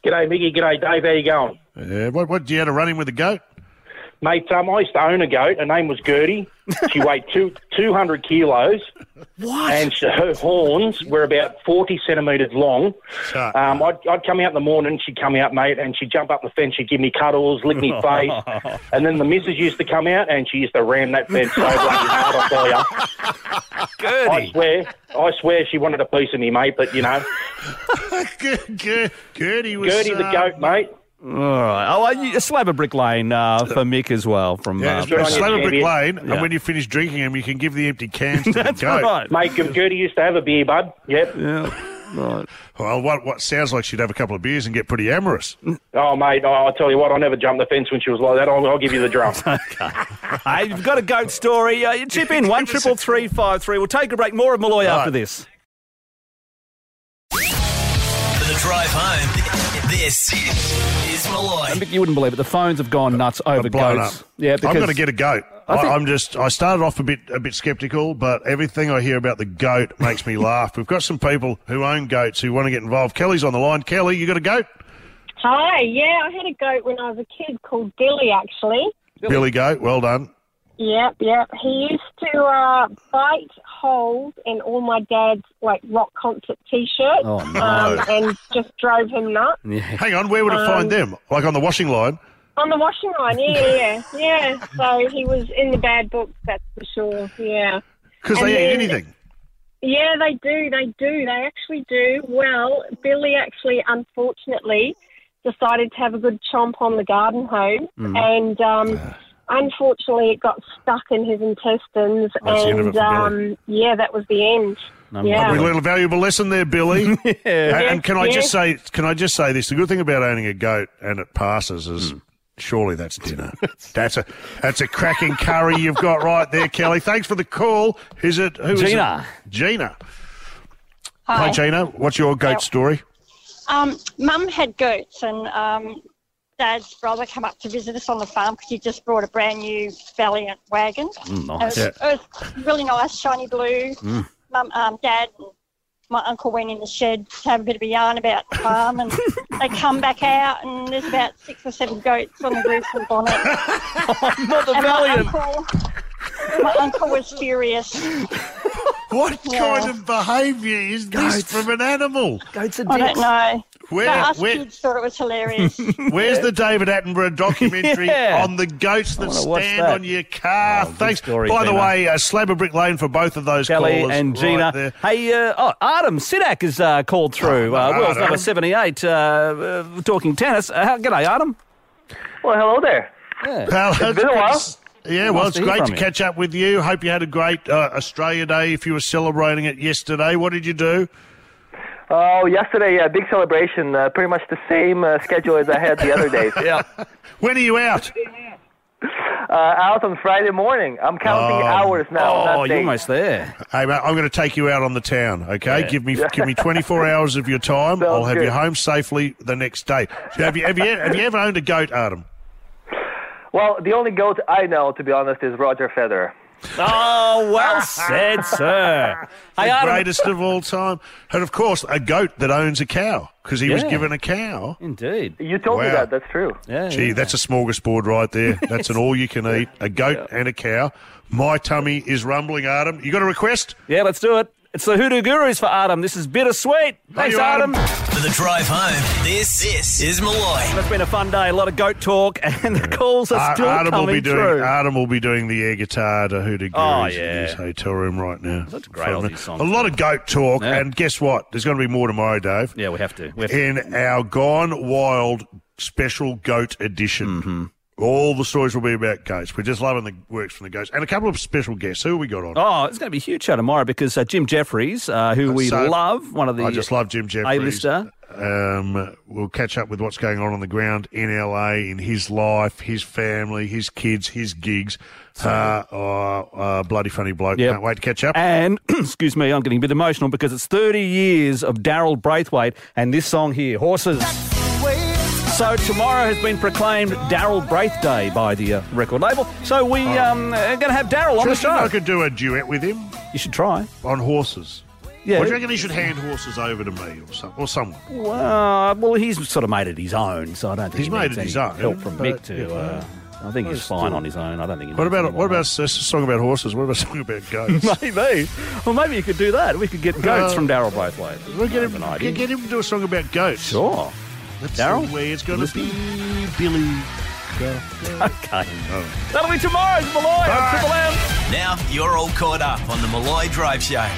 G'day, Mickey. G'day, Dave. How you going? Yeah, Uh, what, what, do you had a run in with a goat? Mate, um, I used to own a goat. Her name was Gertie. She weighed two, 200 kilos. What? And she, her horns were about 40 centimetres long. Um, I'd, I'd come out in the morning, she'd come out, mate, and she'd jump up the fence, she'd give me cuddles, lick me face. and then the missus used to come out and she used to ram that fence so bloody hard, I tell you. I swear, I swear she wanted a piece of me, mate, but you know. Gertie was Gertie the uh, goat, mate. All right. Oh, uh, you- a slab of brick lane uh, for Mick as well. From Yeah, uh, it's a slam a brick lane, Yeah. and when you finish drinking them, you can give the empty cans to the goat. Mate, Gertie used to have a beer, bud. Yep. Right. Well, what what sounds like she'd have a couple of beers and get pretty amorous. Oh, mate, I I tell you what, I never jumped the fence when she was like that. I'll, I'll give you the drum. hey, you've got a goat story. Uh, you chip in one triple three five three. We'll take a break. More of Malloy after this. For the drive home, this is Malloy. And Mick, you wouldn't believe it. The phones have gone nuts over blown goats. up. Yeah, because I'm going to get a goat. I I think- I'm just. I started off a bit a bit skeptical, but everything I hear about the goat makes me laugh. We've got some people who own goats who want to get involved. Kelly's on the line. Kelly, you got a goat? Hi, yeah, I had a goat when I was a kid called Billy, actually. Billy goat. Well done. Yep, yep. He used to uh, bite holes in all my dad's like rock concert T-shirts, Oh, no. um, and just drove him nuts Hang on. Where would I Um, find them? Like on the washing line. on the washing line. Yeah, yeah, yeah. So he was in the bad books, that's for sure. Yeah, Because And they eat then- anything. Yeah, they do. They do. They actually do. Well, Billy actually, unfortunately, decided to have a good chomp on the garden hose, Mm. and um, unfortunately, it got stuck in his intestines. That's the end and of it for Billy. um, yeah, that was the end. yeah. A little valuable lesson there, Billy. And, and can I Yeah. just say, can I just say this? The good thing about owning a goat and it passes is Hmm. surely that's dinner. that's a that's a cracking curry you've got right there, Kelly. Thanks for the call. Is it who is it? Gina. Gina. Hi. Gina. What's your goat story? Um, Mum had goats, and um, Dad's brother came up to visit us on the farm because he just brought a brand new Valiant wagon. Mm, And nice. It was, it was really nice, shiny blue. Mm. Mum, um, Dad, and my uncle went in the shed to have a bit of a yarn about the farm, and they come back out, and there's about six or seven goats on the roof and bonnet. Not the and Valiant. My uncle, my uncle was furious. What Yeah. kind of behaviour is this from an animal? Goats are I don't know. Where- but us where- kids thought it was hilarious. Where's the David Attenborough documentary Yeah. on the goats that wanna watch stand that. on your car? Thanks. story, By the Gina. way, uh, slab of brick lane for both of those Kelly callers and right Gina. there. Ah, hey, uh, oh, Artem Sidak is uh, called through. uh, world's Artem. number seventy-eight. Uh, uh, talking tennis. Uh, how- g'day, Artem. Well, hello there. Pal, It's it's been a good while. to s- Yeah, Nice well, to it's hear great from to you. catch up with you. Hope you had a great uh, Australia Day if you were celebrating it yesterday. What did you do? Oh, yesterday, yeah, big celebration. Uh, pretty much the same uh, schedule as I had the other days. yeah. When are you out? Uh, out on Friday morning. I'm counting Oh. hours now. not days. there. Hey, mate, I'm going to take you out on the town, okay? Yeah. Give me give me 24 hours of your time. I'll have you home safely the next day. So have, you, have, you, have you ever owned a goat, Adam? Well, the only goat I know, to be honest, is Roger Federer. Oh, well said, sir. The Hey, Adam- greatest of all time. And of course, a goat that owns a cow because he was Yeah. given a cow. Indeed. You told me Wow. that. That's true. Yeah. Gee, that's a smorgasbord right there. That's an all you can eat a goat and a cow. My tummy is rumbling, Adam. You got a request? Yeah, let's do it. It's the Hoodoo Gurus for Adam. This is bittersweet. Thanks, you, Adam. Adam. For the drive home, this, this is Malloy. That's been a fun day. A lot of goat talk, and the calls are Ar- still Ah, Adam coming will be doing through. Adam will be doing the air guitar to Hooter Oh, Gurus yeah. in his hotel room right now. That's a great Aussie song. A lot of goat talk, and guess what? There's going to be more tomorrow, Dave. yeah, we have to. We have to. in our Gone Wild special goat edition. Mm-hmm. All the stories will be about goats. We're just loving the works from the goats. And a couple of special guests. Who have we got on? Oh, it's going to be a huge show tomorrow because uh, Jim Jeffries, uh, who we So- love, one of the I just love Jim Jeffries. A-lister. Um, we'll catch up with what's going on on the ground in LA, in his life, his family, his kids, his gigs. Uh, oh, uh, bloody funny bloke. Yep. Can't wait to catch up. And excuse me, I'm getting a bit emotional because it's 30 years of Daryl Braithwaite and this song here, Horses. So tomorrow has been proclaimed Daryl Braith Day by the uh, record label. So we um, are going to have Daryl Do on the you think I show. could do Oh. a duet with him You should try. on horses. Yeah. Or do you reckon he should hand horses over to me or, some, or someone? Well, well, he's sort of made it his own, so I don't think He's he made needs it his any own, help from but- Mick to. Uh, I think he's fine on his own. I don't think. He What needs about anyone what about a song about horses? What about a song about goats? Maybe. Well, maybe you could do that. We could get goats Uh, from Daryl Braithwaite. We'll get Have him, an idea. get, get him to do a song about goats. Sure. That's Daryl? the way it's going to Listen. Uh, be, Billy. Go. Okay. Oh. uh, That'll be tomorrow's Malloy on Triple M. Now you're all caught up on the Malloy Drive Show.